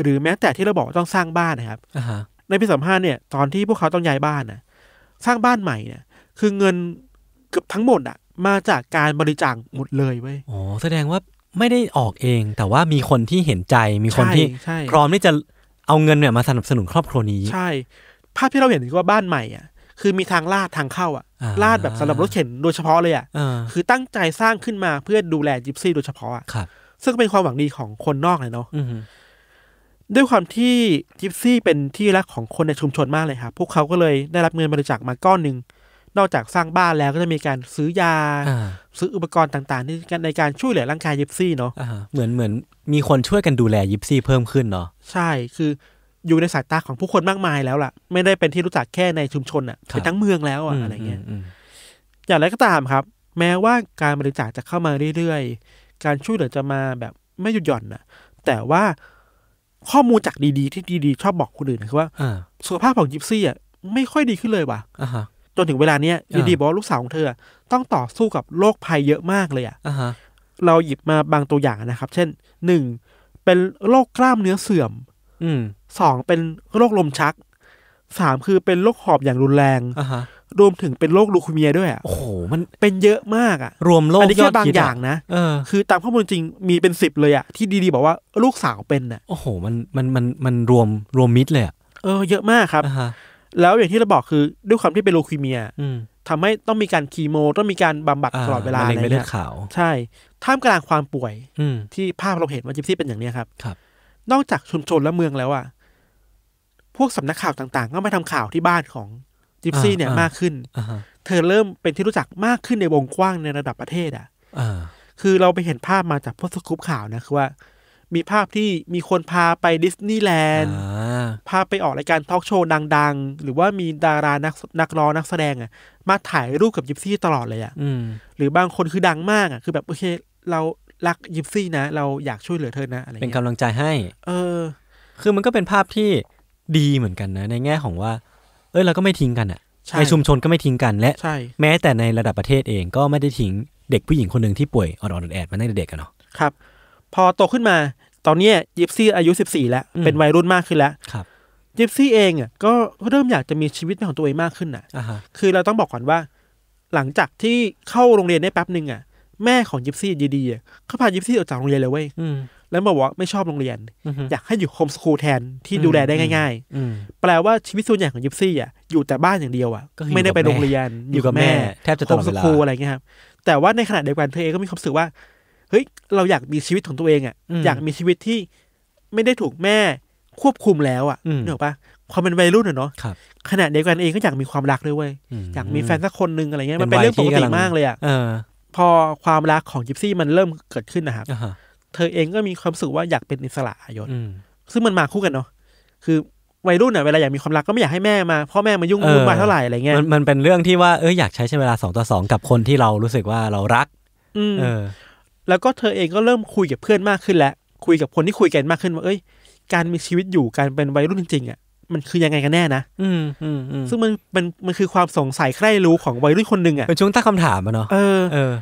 D: หรือแม้แต่ที่เราบอกว่าต้องสร้างบ้านนะครับ
C: อ่าฮะ
D: ในปีสามห้าเนี่ยตอนที่พวกเขาต้องย้ายบ้านนะสร้างบ้านใหม่เนี่ยคือเงินเกือบทั้งหมดอะมาจากการบริจาคหมดเลยเว้ย
C: โอ้แสดงว่าไม่ได้ออกเอง แต่ว่ามีคนที่เห็นใจมีคนที่
D: ใช่ใช่
C: พร้อมที่จะเอาเงินเนี่ยมาสนับสนุนครอบครัวนี้
D: ใช่ ภาพที่เราเห็นคือว่าบ้านใหม่อ่ะ คือมีทางลาดทางเข้าอ่ะ
C: อ่า
D: ลาดแบบสำหรับรถเข็นโดยเฉพาะเลยอ่ะ
C: เออ
D: คือตั้งใจสร้างขึ้นมาเพื่อดูแลจิปซี่โดยเฉพาะอ่ะ
C: ครับ
D: ซึ่งเป็นความหวังดีของคนนอกเลยเนาะ
C: อืม
D: ด้วยความที่จิปซี่เป็นที่รักของคนในชุมชนมากเลยครับพวกเขาก็เลยได้รับเงินบริจาคมาก้อนหนึ่งนอกจากสร้างบ้านแล้วก็จะมีการซื้อยา
C: อ่า
D: ซื้ออุปกรณ์ต่างๆที่ในการช่วยเหลือร่างกายจิปซี่เนาะ
C: อ่าฮะเหมือนเหมือนมีคนช่วยกันดูแลยิปซี่เพิ่มขึ้นเนาะ
D: ใช่คืออยู่ในสายตาของผู้คนมากมายแล้วล่ะ ไม่ได้เป็นที่รู้จักแค่ในชุมชนอ่ะ
C: ครับ
D: เป็นทั้งเมืองแล้วอ่ะอะไรเงี้ย
C: มม
D: อย่างไรก็ตามครับ แม้ว่าการบริจาคจะเข้ามาเรื่อยๆ การช่วยเหลือจะมาแบบไม่หยุดหย่อนนะแต่ว่าข้อมูลจากดีๆ ที่ดีๆ ชอบบอกคนอื่นนะคือว่า
C: อ่า
D: สุขภาพของยิปซี่อ่ะไม่ค่อยดีขึ้นเลยว่ะ
C: อ่าฮะ
D: จนถึงเวลาเนี้ย
C: อ่า
D: ดีๆบอกว่าลูกสาวของเธอต้องต่อสู้กับโรคภัยเยอะมากเลยอ่ะ
C: อ่าฮะ
D: เราหยิบมาบางตัวอย่างนะครับ เช่นหนึ่งเป็นโรคกล้ามเนื้อเสื่อม
C: อืม
D: สองเป็นโรคลมชักสามคือเป็นโรคหอบอย่างรุนแรง
C: อ่าฮะ
D: รวมถึงเป็นโรคลูคูเมียด้วยอ่ะ
C: โอ้โหมัน
D: เป็นเยอะมากอ่ะ
C: รวมโลก
D: อันนี้
C: ยอ
D: แค่
C: ด
D: บาง
C: คิด
D: อย่างนะ
C: เออ
D: คือตามข้อมูลจริงมีเป็นสิบเลยอะที่ดีๆ บอกว่าลูกสาวเป็นน่ะ
C: โอ้โห มัน มัน มัน มันรวม รวมมิดเลยอะ
D: เออเยอะมากครับ
C: อ่าฮะ
D: แล้วอย่างที่เราบอกคือด้วยความที่เป็นโลคีเมีย
C: อืม
D: ทำให้ต้องมีการคีโม ต้องมีการบำบัดตลอดเวลา
C: ะ
D: อะไร ไร
C: ไม่เลือ
D: เงี้
C: ด
D: ย
C: ขาว
D: ใช่ ท่ามกลางความป่วย
C: อืม
D: ที่ภาพเราเห็นว่าจิปซี่เป็นอย่างเนี้ยครับ
C: ครับ
D: นอกจากชุมชนและเมืองแล้วอะพวกสำนักข่าวต่างๆ ก็มาทำข่าวที่บ้านของจิปซี่เนี่ย
C: อ่าม
D: มากขึ้น
C: อ่าฮะ
D: เธอเริ่มเป็นที่รู้จักมากขึ้นในวงกว้างในระดับประเทศอะ
C: อ่า
D: คือเราไปเห็นภาพมาจากพวกสกู๊ปข่าวนะ คือว่า มีภาพที่มีคนพาไปดิสนีย์แลนด์
C: อ่า
D: พาไปออกรายการทอล์กโชว์ดังๆ หรือว่ามีดารานักนักร้องนักแสดงอะมาถ่ายรูปกับยิปซี่ตลอดเลยอะ
C: อืม
D: หรือบางคนคือดังมากอะคือแบบโอเค เรารักยิปซี่นะ เราอยากช่วยเหลือเธอนะอะไร
C: เป็น
D: เงี้ย
C: กำลังใจให้
D: เออ
C: คือมันก็เป็นภาพที่ดีเหมือนกันนะ ในแง่ของว่า เอ้ย เราก็ไม่ทิ้งกันอะ
D: ใช่
C: ในชุมชนก็ไม่ทิ้งกัน และ
D: ใช่
C: แม้แต่ในระดับประเทศเองก็ไม่ได้ทิ้งเด็กผู้หญิงคนหนึ่งที่ป่วยอ่อนๆแอดๆมาตั้งแต่เด็กกันเนาะ
D: ครับ พอโตขึ้นมา ตอนเนี้ยยิปซี่อายุ 14 แล้ว
C: อืม
D: เป็นวัยรุ่นมากขึ้นแล้ว
C: ครับ
D: ยิปซี่เองอะก็เริ่มอยากจะมีชีวิตเป็นของตัวเองมากขึ้นอะ
C: อ่าฮะ
D: คือเราต้องบอกก่อนว่า หลังจากที่เข้าโรงเรียนได้แป๊บหนึ่งอ่ะแม่ของยิปซี่ดีๆอ่ะเขาพายิปซี่ออกจากโรงเรียนเลยเว้ย
C: อืม
D: แล้วบอกว่าไม่ชอบโรงเรียน
C: อือฮึ
D: อยากให้อยู่โฮมสคูลแทนที่ดูแลได้ง่าย
C: อืม
D: ๆ แปลว่าชีวิตส่วนใหญ่ของยิปซี่อ่ะอยู่แต่บ้านอย่างเดียวอ่ะ
C: ก็คืออยู่
D: ไม่ได้ไปโรงเรียน
C: อยู่กับแม่แทบจะต
D: โฮ
C: ล
D: ม
C: อด
D: ส
C: เวลา
D: คูลอะไรเงี้ยครับแต่ว่าในขณะเดียวกันเธอเองก็มีความรู้สึกว่าเฮ้ยเราอยากมีชีวิตของตัวเองอ่ะอยากมีชีวิตที่ไม่ได้ถูกแม่ควบคุมแล้วอ่ะเนกอะปะความเป็นวัยรุ่นอะเนาะ
C: ครับ
D: ขณะเดียวกันเองก็อยากมีความรักด้วยเว้ย
C: อืม
D: อยากมีแฟนสักคนหนึ่งอะไรเงี้ยมันเป็นเรื่องปกติมากเลยอ่ะ
C: เออ
D: พอความรักของยิปซี่มันเริ่มเกิดขึ้นนะครับ
C: อ่าฮะ
D: เธอเองก็มีความรู้สึกว่าอยากเป็นอิสระอะยศ
C: อืม
D: ซึ่งมันมาคู่กันเนาะคือ วัยรุ่นอ่ะเวลาอยากมีความรักก็ไม่อยากให้แม่มาพ่อแม่มายุ่ง
C: เออ
D: วุ่นวายเท่าไหร่อะไรเงี้ย
C: มันมันเป็นเรื่องที่ว่าเอออยากใช้เวลาสองต่อสองกับคนที่เรารู้สึกว่าเรารัก
D: อืม
C: เออ
D: แล้วก็เธอเองก็เริ่มคุยกับเพื่อนมากขึ้นแล้ว คุยกับคนที่คุยกันมากขึ้นว่าเอ้ย การมีชีวิตอยู่การเป็นวัยรุ่นจริงๆอ่ะมันคือยังไงกันแน่นะ
C: อืมอืมอืม
D: ซึ่งมันมันมันคือความสงสัยใคร่รู้ของวัยรุ่นคนหนึ่งอ่ะ
C: เป็นช่วงตั้งคำถามอะเนาะ
D: เออ
C: เออ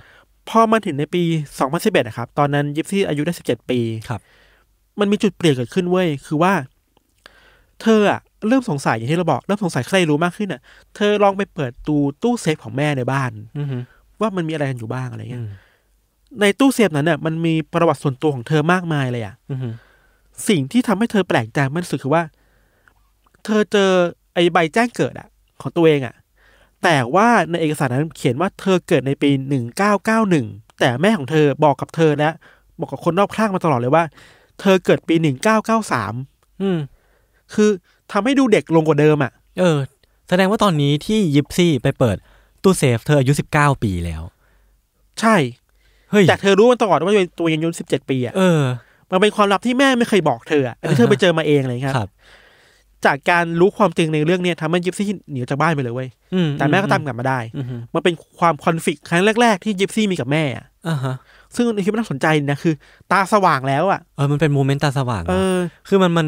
D: พอมาถึงในปี 2011นะครับ ตอนนั้นยิปซี่อายุได้ 17 ปี
C: ครับ
D: มันมีจุดเปลี่ยนเกิดขึ้นเว้ย คือว่า เธออะเริ่มสงสัยอย่างที่เราบอก เริ่มสงสัยใครรู้มากขึ้นอ่ะ เธอลองไปเปิดตู้ตู้เซฟของแม่ในบ้าน
C: อืม
D: ว่ามันมีอะไรกันอยู่บ้างอะไรเงี้
C: อื
D: ย
C: ม
D: ในตู้เซฟนั้นเนี่ยมันมีประวัติส่วนตัวของเธอมากมายเลยอ่ะ
C: อืม
D: สิ่งที่ทำให้เธอแปลกใจมากที่สุดคือว่า เธอเจอไอ้ใบแจ้งเกิดอะของตัวเองอะแต่ว่าในเอกสารนั้นเขียนว่าเธอเกิดในปี 1991 แต่แม่ของเธอบอกกับเธอและบอกกับคนรอบข้างมาตลอดเลยว่า เธอเกิดปี 1993
C: อืม
D: คือทำให้ดูเด็กลงกว่าเดิมอะ
C: เออ แสดงว่าตอนนี้ที่ยิปซี่ไปเปิดตู้เซฟเธออายุสิบเก้าปีแล้ว
D: ใช่
C: เฮ้ย
D: แต่เธอรู้มาตลอดว่าตัวเองอายุ17 ปีอะ
C: เออ
D: มันเป็นความลับที่แม่ไม่เคยบอกเธออะอันนี้เธอไปเจอมาเองอะไรอย่างเลย
C: ค
D: ค
C: รั
D: รับ บ จากการรู้ความจริงในเรื่องเนี้ยทำให้ยิปซี่หนีออกจากบ้านไปเลยเว้ย
C: อื
D: แต่แม่ก็ตามกลับมาได้
C: อืมอืม
D: มันเป็นความคอนฟ lict ครั้งแรก ๆ ที่ยิปซี่มีกับแม่อะ
C: อ่าฮะ
D: ซึ่งคิดว่าน่าสนใจนะคือ ตาสว่างแล้วอ่ะ
C: เออ มันเป็นโมเมนต์ตาสว่างนะ
D: เออ
C: คือมันมัน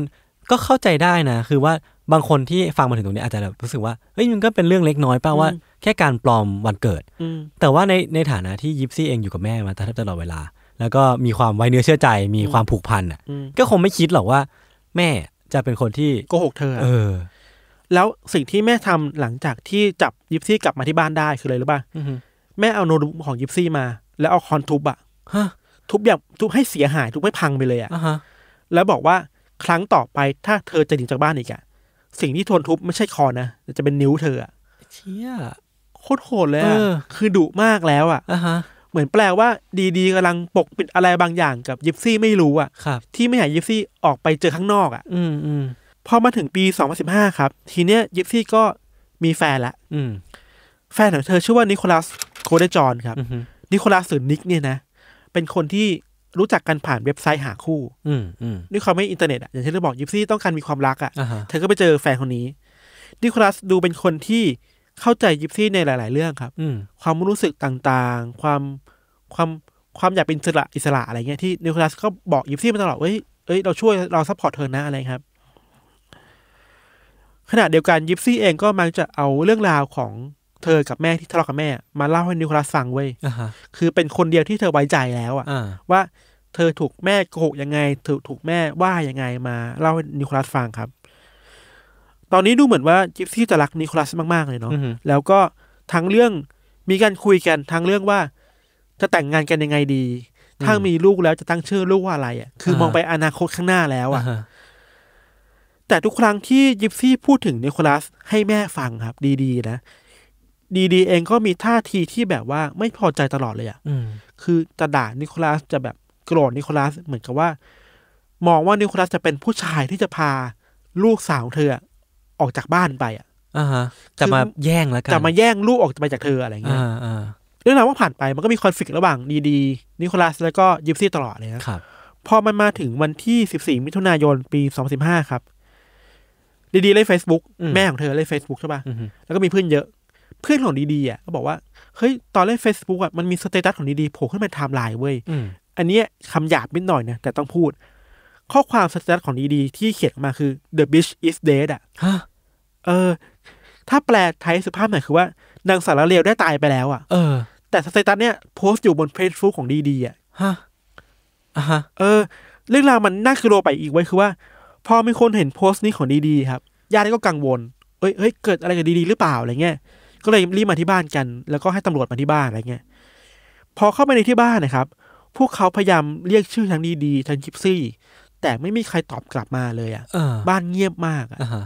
C: ก็เข้าใจได้นะ คือว่าบางคนที่ฟังมาถึงตรงนี้อาจจะแบบรู้สึกว่า เฮ้ย มันก็เป็นเรื่องเล็กน้อยเปล่าว่า แค่การปลอมวันเกิด
D: อืม
C: แต่ว่าในในฐานะที่ยิปซี่เองอยู่กับแม่มาแทบตลอดเวลา แล้วก็มีความไว้เนื้อเชื่อใจ มีความผูกพันอ่ะ
D: อืม
C: ก็คงไม่คิดหรอกว่า แม่จะเป็นคนที่
D: โกหกเธออะ
C: เออ
D: แล้วสิ่งที่แม่ทำหลังจากที่จับยิปซี่กลับมาที่บ้านได้คืออะไรรู้ป่ะ
C: อือฮึ
D: แม่เอาโน้ตบุ๊กของยิปซี่มา แล้วเอาคอนทุบอ่ะ
C: ฮะ
D: ทุบอย่างทุบให้เสียหายทุบให้พังไปเลยอ่ะ
C: อ่าฮะ
D: แล้วบอกว่าครั้งต่อไปถ้าเธอจะหนีจากบ้านอีกอ่ะ สิ่งที่ทนทุบไม่ใช่คอนนะแต่จะเป็นนิ้วเธออะ
C: เชี่ย
D: โคตรโหดเลยอะ
C: เออ
D: คือดุมากแล้วอ่ะ
C: อ่าฮะ
D: เหมือนแปลว่าดีๆกำลังปกปิดอะไรบางอย่างกับยิปซี่ไม่รู้อ่ะ
C: ครับ
D: ที่ไม่อยากยิปซี่ออกไปเจอข้างนอกอ่ะ
C: อืมอืม
D: พอมาถึงปี 2015 ครับ ทีเนี้ยยิปซี่ก็มีแฟนละ
C: อืม
D: แฟนของเธอชื่อว่านิโคลัสโคเดจอนครับ นิโคลัสหรือนิกเนี่ยนะ เป็นคนที่รู้จักกันผ่านเว็บไซต์หาคู่
C: อืมอืม
D: ด้วยความไม่อินเทอร์เน็ตอ่ะ อย่างที่เราบอกยิปซี่ต้องการมีความรักอ่ะ
C: อ่าฮะ
D: เธอก็ไปเจอแฟนคนนี้ นิโคลัสดูเป็นคนที่เข้าใจยิปซี่ในหลาย ๆ เรื่องครับ
C: อืม
D: ความรู้สึกต่างๆ ความความความอยากเป็นอิสระอิสระอะไรเงี้ยที่นิโคลัสก็บอกยิปซี่มาตลอดเอ้ยเอ้ยเราช่วยเราซัพพอร์ตเธอนะอะไรครับ ขณะเดียวกันยิปซี่เองก็มักจะเอาเรื่องราวของเธอกับแม่ที่ทะเลาะกับแม่ มาเล่าให้นิโคลัสฟังเว้ย
C: อ่าฮะ
D: คือเป็นคนเดียวที่เธอไว้ใจแล้วอะ
C: อ่า
D: ว่าเธอถูกแม่โกหกยังไงถูกถูกแม่ว่ายังไงมาเล่าให้นิโคลัสฟังครับ ตอนนี้ดูเหมือนว่ายิปซี่จะรักนิโคลัสมากๆเลยเนาะ
C: อือฮึ
D: แล้วก็ทั้งเรื่องมีการคุยกันทั้งเรื่องว่าจะแต่งงานกันยังไงดี ถ้ามีลูกแล้วจะตั้งชื่อลูกว่าอะไรอ่ะ คือมองไปอนาคตข้างหน้าแล้ว
C: อ่า
D: อ่ะ
C: ฮะ
D: แต่ทุกครั้งที่ยิปซี่พูดถึงนิโคลัสให้แม่ฟังครับ ดีๆนะ ดีๆเองก็มีท่าทีที่แบบว่าไม่พอใจตลอดเลยอ่ะ
C: อืม
D: คือจะด่านิโคลัสจะแบบโกรธนิโคลัสเหมือนกับว่า มองว่านิโคลัสจะเป็นผู้ชายที่จะพาลูกสาวของเธออะออกจากบ้านไปอ่ะ
C: อ่าฮะ จะมาแย่งแล้วกัน
D: จะมาแย่งลูกออกไปจากเธออะไรเงี้ย
C: อ่าอ่า
D: เรื่องราวว่าผ่านไปมันก็มีคอนฟ lict ระหว่างดีๆ นิโคลัสแล้วก็ยิปซี่ตลอดเลยนะครับ พอมันมาถึงวันที่ 14 มิถุนายนปี 2015 ครับ ดีๆเล่น Facebook
C: อืม
D: แม่ของเธอเล่น Facebook ใช่ป่ะ แล้วก็มีเพื่อนเยอะ เพื่อนของดีๆอ่ะก็บอกว่า เฮ้ย ตอนเล่น Facebook อ่ะมันมีสเตตัสของดีๆโผล่ขึ้นมาไทม์ไลน์เว้ย
C: อืม
D: อันเนี้ยคำหยาบนิดหน่อยนะแต่ต้องพูด ข้อความสเตตัสของดีๆที่เขียนออกมาคือ the bitch is dead อ่ะ
C: ฮะ
D: เออ ถ้าแปลไทยสุภาพหน่อยคือว่านางสารเลวได้ตายไปแล้วอ่ะ
C: เออ
D: แต่สเตตัสเนี่ยโพสต์อยู่บนเฟซบุ๊กของดีดีอ่ะ
C: ฮะ อ่าฮะ
D: เออ เรื่องราวมันน่ากลัวไปอีกไว้ยคือว่า พอมีคนเห็นโพสต์นี้ของดีดีครับญาติก็กังวล เอ้ยเอ้ยเกิดอะไรกับดีดีหรือเปล่าอะไรเงี้ย ก็เลยรีบมาที่บ้านกัน แล้วก็ให้ตำรวจมาที่บ้านอะไรเงี้ย พอเข้าไปในที่บ้านนะครับ พวกเขาพยายามเรียกชื่อทั้งดีดีทั้งกิฟซี่ แต่ไม่มีใครตอบกลับมาเลยอ่ะ
C: เออ
D: บ้านเงียบมากอะ
C: อ่าฮะ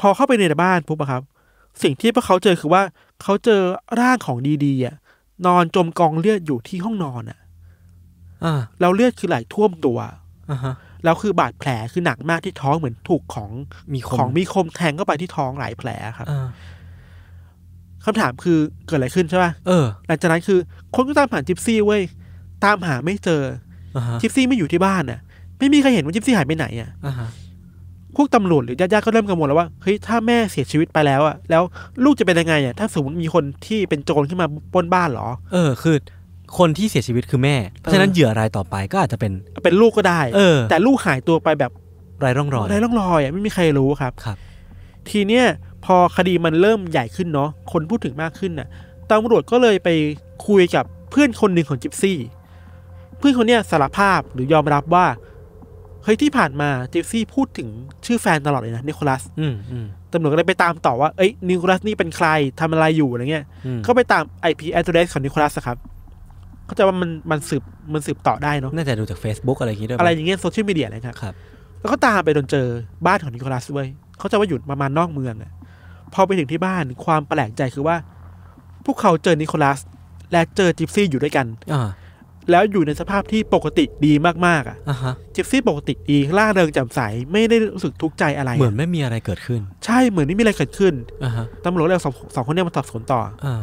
D: พอเข้าไปในบ้านปุ๊บอะครับ สิ่งที่พวกเขาเจอคือว่าเขาเจอร่างของดีดีอ่ะนอนจมกองเลือดอยู่ที่ห้องนอนอ่ะ
C: อ่า
D: แล้วเลือดคือไหลท่วมตัว
C: อ่าฮะ
D: แล้วคือบาดแผลคือหนักมากที่ท้องเหมือนถูกของ
C: มีคม
D: ของมีคมแทงเข้าไปที่ท้องหลายแผลครับ
C: อ่า
D: คำถามคือเกิดอะไรขึ้นใช่ป่ะ
C: เออ
D: หลังจากนั้นคือคนก็ตามหาจิปซี่เว้ย ตามหาไม่เจอ
C: อ่าฮะ
D: จิปซี่ไม่อยู่ที่บ้านน่ะ ไม่มีใครเห็นว่าจิปซี่หายไปไหนอ่ะ
C: อ่าฮะ
D: พวกตำรวจหรือญาติๆก็เริ่มกังวลแล้วว่าเฮ้ยถ้าแม่เสียชีวิตไปแล้วอะแล้วลูกจะเป็นยังไงอะถ้าสมมติมีคนที่เป็นโจรขึ้นมาปล้นบ้านเหรอ
C: เออคือคนที่เสียชีวิตคือแม่ เพราะฉะนั้น
D: เออ
C: เหยื่อรายต่อไปก็อาจจะเป็น
D: เป็นลูกก็ได้
C: เออ
D: แต่ลูกหายตัวไปแบบ
C: รายร่องรอย
D: ไร้ร่องรอยอะไม่มีใครรู้ครับ
C: ครับ
D: ทีเนี้ยพอคดีมันเริ่มใหญ่ขึ้นเนาะคนพูดถึงมากขึ้นน่ะตำรวจก็เลยไปคุยกับเพื่อนคนหนึ่งของจิปซี่ เพื่อนคนเนี้ยสารภาพหรือยอมรับว่าเฮ้ยที่ผ่านมาจิปซี่พูดถึงชื่อแฟนตลอดเลยนะนิโคลัส
C: อืมอืม
D: ตำรวจก็เลยไปตามต่อว่าเอ้ยนิโคลัสนี่เป็นใครทำอะไรอยู่อะไรเงี้ย
C: อืม
D: ก็ไปตาม IP address ของนิโคลัสอะครับเขาใจะว่ามันมันสืบมันสืบต่อได้เนาะ
C: น่าจะดูจาก Facebook อะไรอย่างงี้ด้วยป
D: อะไรอย่างเงี้ยโซเชียลมีเดียอะไรครับ
C: ครับ
D: แล้วก็ตามไปจนเจอบ้านของนิโคลัสเว้ยเขาจะว่าอยู่ประมาณนอกเมืองอะพอไปถึงที่บ้านความแปลกใจคือว่า พวกเขาเจอนิโคลัส และเจอจิปซี่อยู่ด้วยกัน
C: อ่า
D: แล้วอยู่ในสภาพที่ปกติดีมากๆอะ
C: อ่าฮะ
D: จิปซี่ปกติดีล่าเริงแจ่มใสไม่ได้รู้สึกทุกข์ใจอะไระ
C: เหมือนไม่มีอะไรเกิดขึ้น
D: ใช่เหมือนไม่มีอะไรเกิดขึ้น
C: อ่าฮะ
D: ตำรวจเลยเอาสองสองคนเนี้มาสอบสวนต่อ
C: อ่า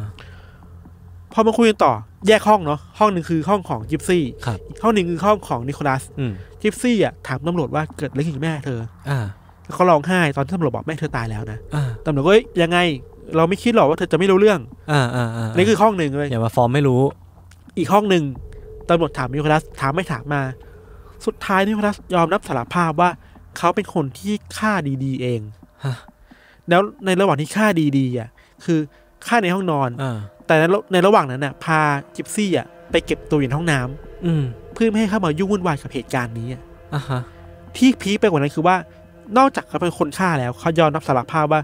D: พอมาคุยกันต่อแยกห้องเนาะห้องหนึ่งคือห้องของจิปซี่
C: ครับ
D: อีกห้องหนึ่งคือห้องของนิโคลัส
C: อืม
D: จิปซี่อะถามตำรวจว่าเกิดอะไรขึ้นกับแม่เธอ
C: อ่า
D: แล้วเขาร้องไห้ตอนที่ตำรวจบอกแม่เธอตายแล้วนะ
C: อ่า
D: ตำรวจก็เอ้ยยังไง เราไม่คิดหรอกว่าเธอจะไม่รู้เรื่อง
C: อ่าอ่าา
D: นี่คือห้องหนึ่งเลย
C: อย่ามาฟอร์มไม่รู้
D: อีกห้องหนึ่งตำรวจถามนิโคลัสถามไม่ถามมา สุดท้ายนิโคลัสยอมรับสารภาพว่าเขาเป็นคนที่ฆ่าดีๆเอง
C: ฮะ
D: แล้วในระหว่างที่ฆ่าดีๆอ่ะคือฆ่าในห้องนอน
C: อ่า
D: แต่ในระในระหว่างนั้นน่ะพาจิปซี่อ่ะไปเก็บตัวอยู่ในห้องน้ำ
C: อืม
D: เพื่อไม่ให้เข้ามายุ่งวุ่นวายกับเหตุการณ์นี้อะ
C: อ่าฮะ
D: ที่พีคไปกว่านั้นคือว่า นอกจากเขาเป็นคนฆ่าแล้วเขายอมรับสารภาพว่า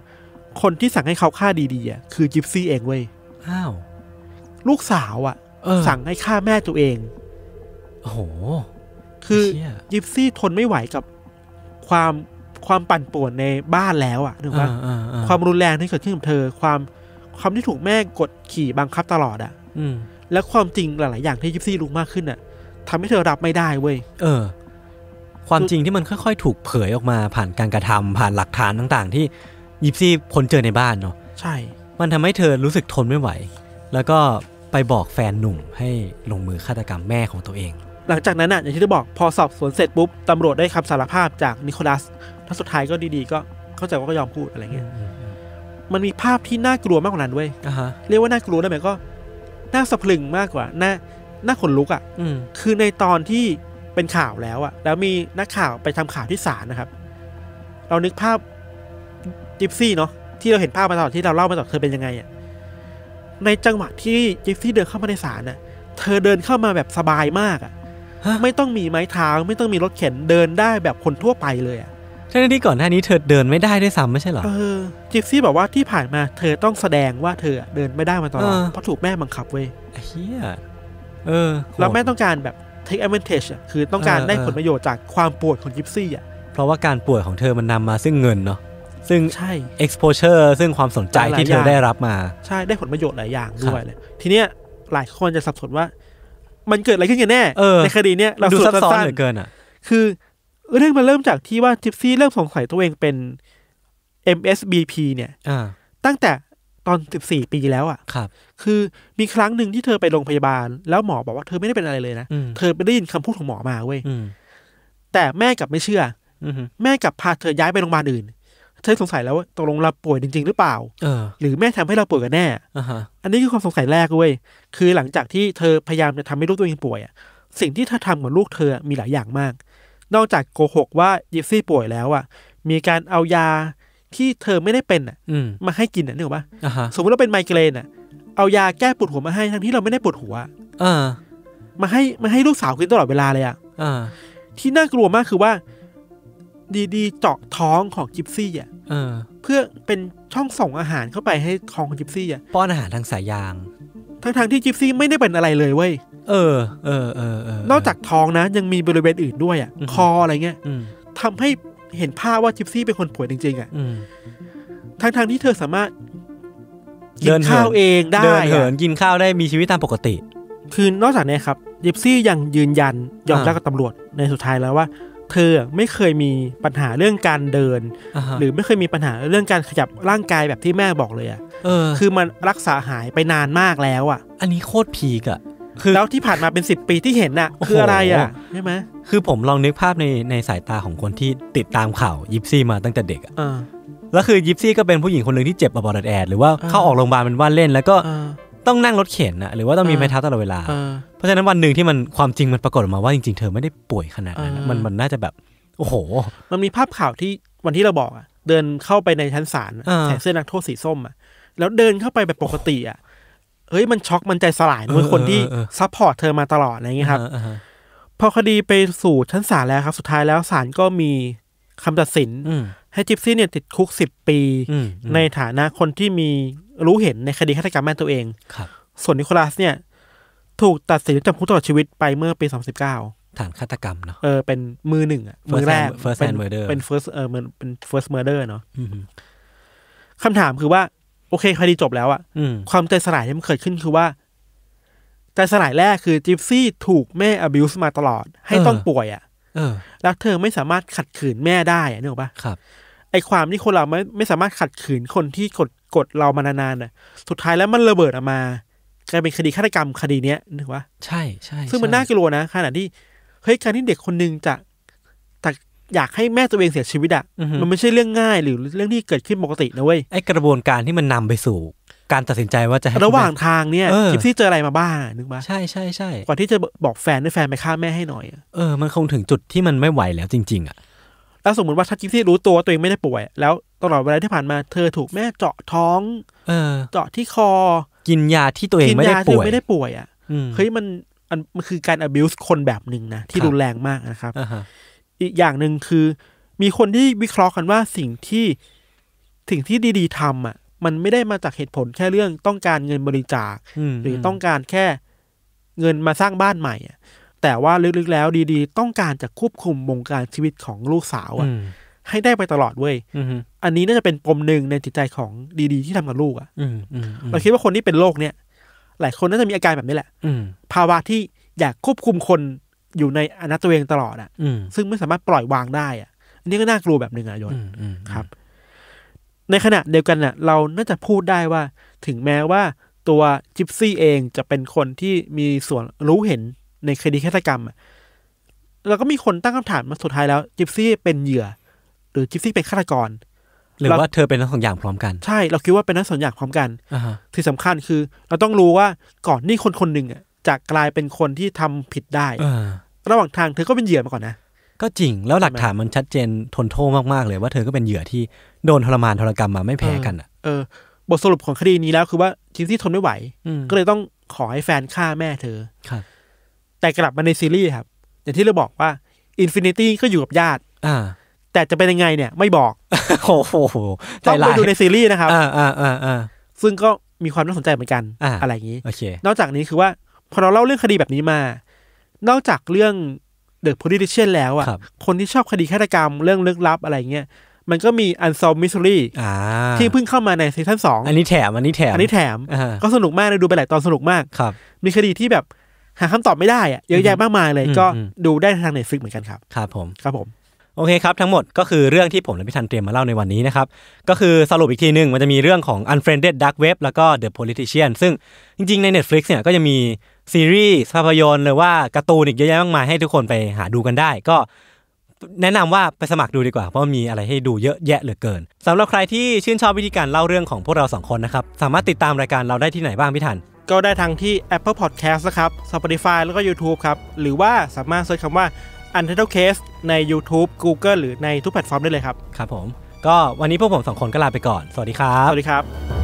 D: คนที่สั่งให้เขาฆ่าดีๆอ่ะคือจิปซี่เองเว้ย
C: อ้าว
D: ลูกสาวอะ
C: เออ
D: สั่งให้ฆ่าแม่ตัวเอง
C: โอ้โห
D: คือ
C: เชี่ย
D: ยิปซี่ทนไม่ไหวกับความความปั่นป่วนในบ้านแล้วอะนึก
C: อ่า
D: ว่า
C: อ่าอ่า
D: ความรุนแรงที่เกิดขึ้นกับเธอ ความความที่ถูกแม่กดขี่บังคับตลอดอะ
C: อืม
D: และความจริงหลาย ๆ อย่างที่ยิปซี่รู้มากขึ้นอะทำให้เธอรับไม่ได้เว้ย
C: เออ ความจริงที่มันค่อยๆ ถูกเผยออกมาผ่านการกระทำผ่านหลักฐานต่างๆ ที่ยิปซี่พ้นเจอในบ้านเนาะ
D: ใช่
C: มันทำให้เธอรู้สึกทนไม่ไหว แล้วก็ไปบอกแฟนหนุ่มให้ลงมือฆาตกรรมแม่ของตัวเอง
D: หลังจากนั้นอะอย่างที่ได้บอกพอสอบสวนเสร็จปุ๊บตำรวจได้คำสารภาพจากนิโคลัสแล้วสุดท้ายก็ดีๆ ก็เข้าใจว่าก็ยอมพูดอะไรเงี้ยมันมีภาพที่น่ากลัวมากกว่านั้นเว้ย
C: อ่าฮะ
D: เรียกว่าน่ากลัวได้ไหมก็น่าสะพรึงมากกว่าน่าน่าขนลุกอะ่ะ
C: อืม
D: คือในตอนที่เป็นข่าวแล้วอะ่ะ แล้วมีนักข่าวไปทำข่าวที่ศาลนะครับ เรานึกภาพจิปซี่เนาะที่เราเห็นภาพมาตลอดที่เราเล่ามาตลอดเธอเป็นยังไงอะ่ะในจังหวะที่จิปซี่เดินเข้ามาในศาลน่ะ เธอเดินเข้ามาแบบสบายมากอะ
C: ฮะ
D: ่ะ ไม่ต้องมีไม้เท้าไม่ต้องมีรถเข็นเดินได้แบบคนทั่วไปเลยอ่ะ
C: ทั้งๆที่ก่อนหน้านี้เธอเดินไม่ได้ด้วยซ้ำไม่ใช่เหรอ
D: เออจิปซี่บอกว่าที่ผ่านมาเธอต้องแสดงว่าเธอเดินไม่ได้มาตลอด
C: เออ
D: เพราะถูกแม่บังคับเว้ย
C: ไอ้เฮียเออโหด
D: แล้วแม่ต้องการแบบ take advantage อะคือต้องการ
C: เออ
D: ได้
C: เออ
D: ผลประโยชน์จากความปวดของยิปซี่อ่ะ
C: เพราะว่าการป่วยของเธอมันนำมาซึ่งเงินเนาะ ซึ่ง
D: ใช่
C: exposure ซึ่งความสนใจที่เธอได้รับมา
D: ใช่ได้ผลประโยชน์หลายอย่างด้ว
C: ครั
D: ย
C: บ
D: เลย ทีเนี้ยหลายคนจะสับสนว่า มันเกิดอะไรขึ้นกันแน่
C: เออ
D: ในคดีเนี้ยเรา
C: ดู
D: สรุ
C: ซั
D: ป
C: บซ้อน
D: สั้น
C: เหลือเกินอ่ะ
D: ๆคือ เรื่องมันเริ่มจากที่ว่าจิปซี่เริ่มสงสัยตัวเองเป็น MSBP เนี่ย
C: อ่า
D: ตั้งแต่ตอน 14 ปีแล้วอ่ะ
C: ครับ
D: คือมีครั้งหนึ่งที่เธอไปโรงพยาบาล แล้วหมอบอกว่าเธอไม่ได้เป็นอะไรเลยนะ
C: อืม
D: เธอไปได้ยินคำพูดของหมอมาเว้ย
C: อืม
D: แต่แม่กลับไม่เชื่อ
C: อือฮึ
D: แม่กลับพาเธอย้ายไปโรงพยาบาลอื่น เธอสงสัยแล้วว่าตกลงเราป่วยจริง ๆ หรือเปล่า
C: เออ
D: หรือแม่ทำให้เราป่วยกันแน่
C: อ่าฮะ
D: อันนี้คือความสงสัยแรกเว้ย คือหลังจากที่เธอพยายามจะทำให้ลูกตัวเองป่วยอะสิ่งที่เธอทำกับลูกเธอมีหลายอย่างมาก นอกจากโกหกว่ายิปซี่ป่วยแล้วอ่ะ มีการเอายาที่เธอไม่ได้เป็นอ่ะ
C: อืม
D: มาให้กินอ่ะนึกออกปะ
C: อ่าฮะ
D: สมมติเราเป็นไมเกรนอ่ะ เอายาแก้ปวดหัวมาให้ทั้งที่เราไม่ได้ปวดหัว
C: อ่า
D: มาให้มาให้ลูกสาวกินตลอดเวลาเลยอ่ะ
C: อ่า
D: ที่น่ากลัวมากคือว่า ดีๆเจาะท้องของกิปซี่อ่ะ
C: เออ
D: เพื่อเป็นช่องส่งอาหารเข้าไปให้ของของจิปซี่อ่ะ
C: ป้อนอาหารทางสายยาง
D: ทั้งทางๆที่จิปซี่ไม่ได้เป็นอะไรเลยเว้ย
C: เออ เออเออเออ
D: นอกจากท้องนะ ยังมีบริเวณอื่นด้วยอ่ะ
C: อือฮึ
D: คออะไรเงี้ย
C: อืม
D: ทำให้เห็นภาพว่าจิปซี่เป็นคนป่วยจริงๆอ่ะ
C: อืม
D: ทั้งทางๆที่เธอสามารถกิ
C: เดิ
D: น
C: นเหิน
D: ข้าวเองได้
C: เดินเหิน
D: อะ
C: กินข้าวได้มีชีวิตตามปกติ
D: คือนอกจากเนี้ยครับจิปซี่ยังยืนยันยอมรับ
C: อ่า
D: กับตำรวจในสุดท้ายแล้วว่า เธอไม่เคยมีปัญหาเรื่องการเดิน
C: อ่าฮะ
D: หรือไม่เคยมีปัญหาเรื่องการขยับร่างกายแบบที่แม่บอกเลยอ่ะ
C: เออ
D: คือมันรักษาหายไปนานมากแล้วอ่ะ
C: อันนี้โคตรพีกอะ
H: คือ
D: แล้วที่ผ่านมาเป็นสิบปีที่เห็นน่ะ คืออะไรอ่ะ
H: โอ้โห
D: ใช่ไหม
C: คือผมลองนึกภาพในในสายตาของคนที่ติดตามข่าวยิปซี่มาตั้งแต่เด็กอะ
D: เออ
C: แล้วคือยิปซี่ก็เป็นผู้หญิงคนหนึ่งที่เจ็บอบอดแอดหรือว่า
D: อ่า
C: เข้าออกโรงพยาบาลเป็นว่าเล่น แล้วก็
D: เออ
C: ต้องนั่งรถเข็นนะหรือว่าต้องมี
D: อ่า
C: ไม้เท้าตลอดเวลา
D: เออ
C: เพราะฉะนั้นวันหนึ่งที่มันความจริงมันปรากฏออกมาว่าจริงๆเธอไม่ได้ป่วยขนาดนั้นอะ
D: อ่ามั
C: มันมันน่าจะแบบโอ้โห
D: มันมีภาพข่าวที่วันที่เราบอกอ่ะ เดินเข้าไปในชั้นศาลอะ
C: อ่า
D: ใส่เสื้อนักโทษสีส้มอ่ะ แล้วเดินเข้าไปแบบปกติอ่ะ เฮ้ยมันช็อกมันใจสลายนะมันคนที่ซัพพอร์ตเธอมาตลอดอะไรอย่างเงี้ยครับ
C: อ่าฮะ
D: พอคดีไปสู่ชั้นศาลแล้วครับ สุดท้ายแล้วศาลก็มีคำตัดสิน
C: อืม
D: ให้จิปซี่เนี่ยติดคุกสิบปี
C: อืมอืม
D: ในฐานะคนที่มีรู้เห็นในคดีฆาตกรรมแม่ตัวเอง
C: ครับ
D: ส่วนนิโคลัสเนี่ย ถูกตัดสินจำคุกตลอดชีวิตไปเมื่อปี 2019
C: ฐานฆาตกรรมเนาะ
D: เออเป็นมือหนึ่งอ่ะ มือ
C: First
D: แรก
C: hand- first
D: เป็น
C: hand murder
D: เป็น first เออเหมือนเป็น first murder เนาะ
C: อืมอืม
D: คำถามคือว่า โอเคคดีจบแล้วอ่ะ
C: อืม
D: ความใจสลายที่มันเกิดขึ้นคือว่า ใจสลายแรกคือจิปซี่ถูกแม่ abuse มาตลอด ให้ต้องป่วยอ่ะ
C: เออ
D: แล้วเธอไม่สามารถขัดขืนแม่ได้อะนึกออกปะ
C: ครับ
D: ไอความที่คนเราไม่ไม่สามารถขัดขืนคนที่กดกดเรามานานๆน่ะ สุดท้ายแล้วมันระเบิดออกมากลายเป็นคดีฆาตกรรมคดีเนี้ยนึกว่า
C: ใช่ใช่
D: ซึ่งมัน
C: ใช่
D: น่ากลัวนะขนาดที่เฮ้ยการที่เด็กคนหนึ่งจะจากอยากให้แม่ตัวเองเสียชีวิตอะมันไม่ใช่เรื่องง่ายหรือเรื่องที่เกิดขึ้นปกตินะเว้ย
C: ไอกระบวนการที่มันนำไปสู่ การตัดสินใจว่าจะให้
D: ระหว่างทางเนี่ย
C: เออ
D: กิฟซี่เจออะไรมาบ้างอะนึกว่า
C: ใช่ใช่ใช่
D: ก่อนที่จะบอกแฟนให้แฟนไปฆ่าแม่ให้หน่อยอะ
C: เออ มันคงถึงจุดที่มันไม่ไหวแล้วจริง ๆ อ่ะ
D: แล้วสมมติว่าถ้ากิฟซี่รู้ตัวว่าตัวเองไม่ได้ป่วย แล้วตลอดเวลาที่ผ่านมาเธอถูกแม่เจาะท้อง
C: เออ
D: เจาะที่คอ
C: กินยาที่ตัวเอง
D: กิน
C: ไม่ได้
D: ยา
C: ป่
D: ที่
C: วย
D: ไม่ได้ป่วยอ่ะ
C: อืม
D: เฮ้ยมันมันมันคือการ abuse คนแบบหนึ่งนะ ที่
C: ครับ
D: รุนแรงมากนะครับ
C: อ่าฮะ
D: อีกอย่างหนึ่งคือ มีคนที่วิเคราะห์กันว่าสิ่งที่สิ่งที่ดีๆทำอ่ะ มันไม่ได้มาจากเหตุผลแค่เรื่องต้องการเงินบริจาค
C: ม
D: หรือต้องการแค่เงินมาสร้างบ้านใหม่อะแต่ว่าลึกๆแล้วดีๆ ต้องการจะควบคุมวงการชีวิตของลูกสาวอ่ะ
C: อืม
D: ให้ได้ไปตลอดเว้ย
C: อืม
D: อันนี้น่าจะเป็นปมหนึ่งในจิตใจของดีๆ ที่ทำกับลูกอ่ะ
C: อืมอืมอืม
D: เราคิดว่าคนที่เป็นโรคเนี่ย หลายคนน่าจะมีอาการแบบนี้แหละ
C: อืม
D: ภาวะที่อยากควบคุมคนอยู่ในอนาตัวเองตลอดอะ
C: อืม
D: ซึ่งไม่สามารถปล่อยวางได้อะอันนี้ก็น่ากลัวแบบหนึ่งอะยศ
C: อืมอืม
D: ครับ ในขณะเดียวกันน่ะ เราน่าจะพูดได้ว่า ถึงแม้ว่าตัวจิปซี่เองจะเป็นคนที่มีส่วนรู้เห็นในคดีฆาตกรรมอะเราก็มีคนตั้งคำถามมาสุดท้ายแล้วจิปซี่เป็นเหยื่อ หรือจิปซี่เป็นฆาตกร
C: หรือว่าเธอเป็นทั้งสองอย่างพร้อมกัน
D: ใช่ เราคิดว่าเป็นทั้งสองอย่างพร้อมกัน
C: อ่าฮะ
D: ที่สำคัญคือ เราต้องรู้ว่าก่อนที่คนคนหนึ่งอะจะกลายเป็นคนที่ทำผิดได้
C: เออ
D: ระหว่างทางเธอก็เป็นเหยื่อมาก่อนนะ
C: ก็จริงแล้วหลักฐานมันชัดเจนทนโทษมาก ๆ เลยว่าเธอก็เป็นเหยื่อที่โดนทรมานทรกรรมมาไม่แพ้กันอ่ะ
D: เออบทสรุปของคดีนี้แล้วคือว่าจิมซี่ทนไม่ไหว
C: อืม
D: ก็เลยต้องขอให้แฟนฆ่าแม่เธอ
C: ครับ
D: แต่กลับมาในซีรีส์ครับ อย่างที่เราบอกว่าอินฟินิตี้ก็อยู่กับญาติ
C: อ่า
D: แต่จะเป็นยังไงเนี่ยไม่บอก
C: โอ้โหใจ
D: ต้อง
C: ร้าย
D: ไปดูในซีรีส์นะครับ
C: อ่าอ่าอ่าอ่า
D: ซึ่งก็มีความน่าสนใจเหมือนกัน
C: อ่า
D: อะไรอย่างนี้
C: โอเคน
D: อกจากนี้คือว่าพอเราเล่าเรื่องคดีแบบนี้มา นอกจากเรื่องเดอะ o ลิ t ิเชียนแล้วอะ
C: ครับ
D: คนที่ชอบคดีฆาตกรรมเรื่องลึกลับอะไรเงี้ยมันก็มีอันซอมมิสซูรี
C: อ่า
D: ที่เพิ่งเข้ามาในซีซั่นสอง
C: อันนี้แถมอันนี้แถม
D: อันนี้แถม
C: อ่า
D: ก็สนุกมากเลยดูไปหลายตอนสนุกมาก
C: ครับ
D: มีคดีที่แบบหาคำตอบไม่ได้อะเยอะแยะมากมายเลย
C: อืม
D: ก็
C: อืม
D: ดูได้ทางเน็ตฟลิกเหมือนกันครับ
C: ครับผม
D: ครับผม
C: โอเคครับ ทั้งหมดก็คือเรื่องที่ผมและพี่ทันเตรียมมาเล่าในวันนี้นะครับ ก็คือสรุปอีกทีหนึ่งมันจะมีเรื่องของ Unfriended Dark Web แล้วก็ The Politician ซึ่งจริงๆ ใน Netflix เนี่ยก็จะมีซีรีส์ภาพยนตร์หรือว่าการ์ตูนอีกเยอะแยะมากมายให้ทุกคนไปหาดูกันได้ ก็แนะนำว่าไปสมัครดูดีกว่า เพราะมีอะไรให้ดูเยอะแยะเหลือเกินสำหรับใครที่ชื่นชอบวิธีการเล่าเรื่องของพวกเราสองคนนะครับสามารถติดตามรายการเราได้ที่ไหนบ้างพี่ทัน
D: ก็ได้ทางที่ Apple Podcast นะครับ Spotify แล้วก็ YouTube ครับ หรือว่าสามารถเซิร์ชคำว่า Untitled Case ใน YouTube Google หรือในทุกแพลตฟอร์มได้เลยครับ
C: ครับผม ก็วันนี้พวกผมสองคนก็ลาไปก่อน สวัสดีครับ
D: สวัสดีครับ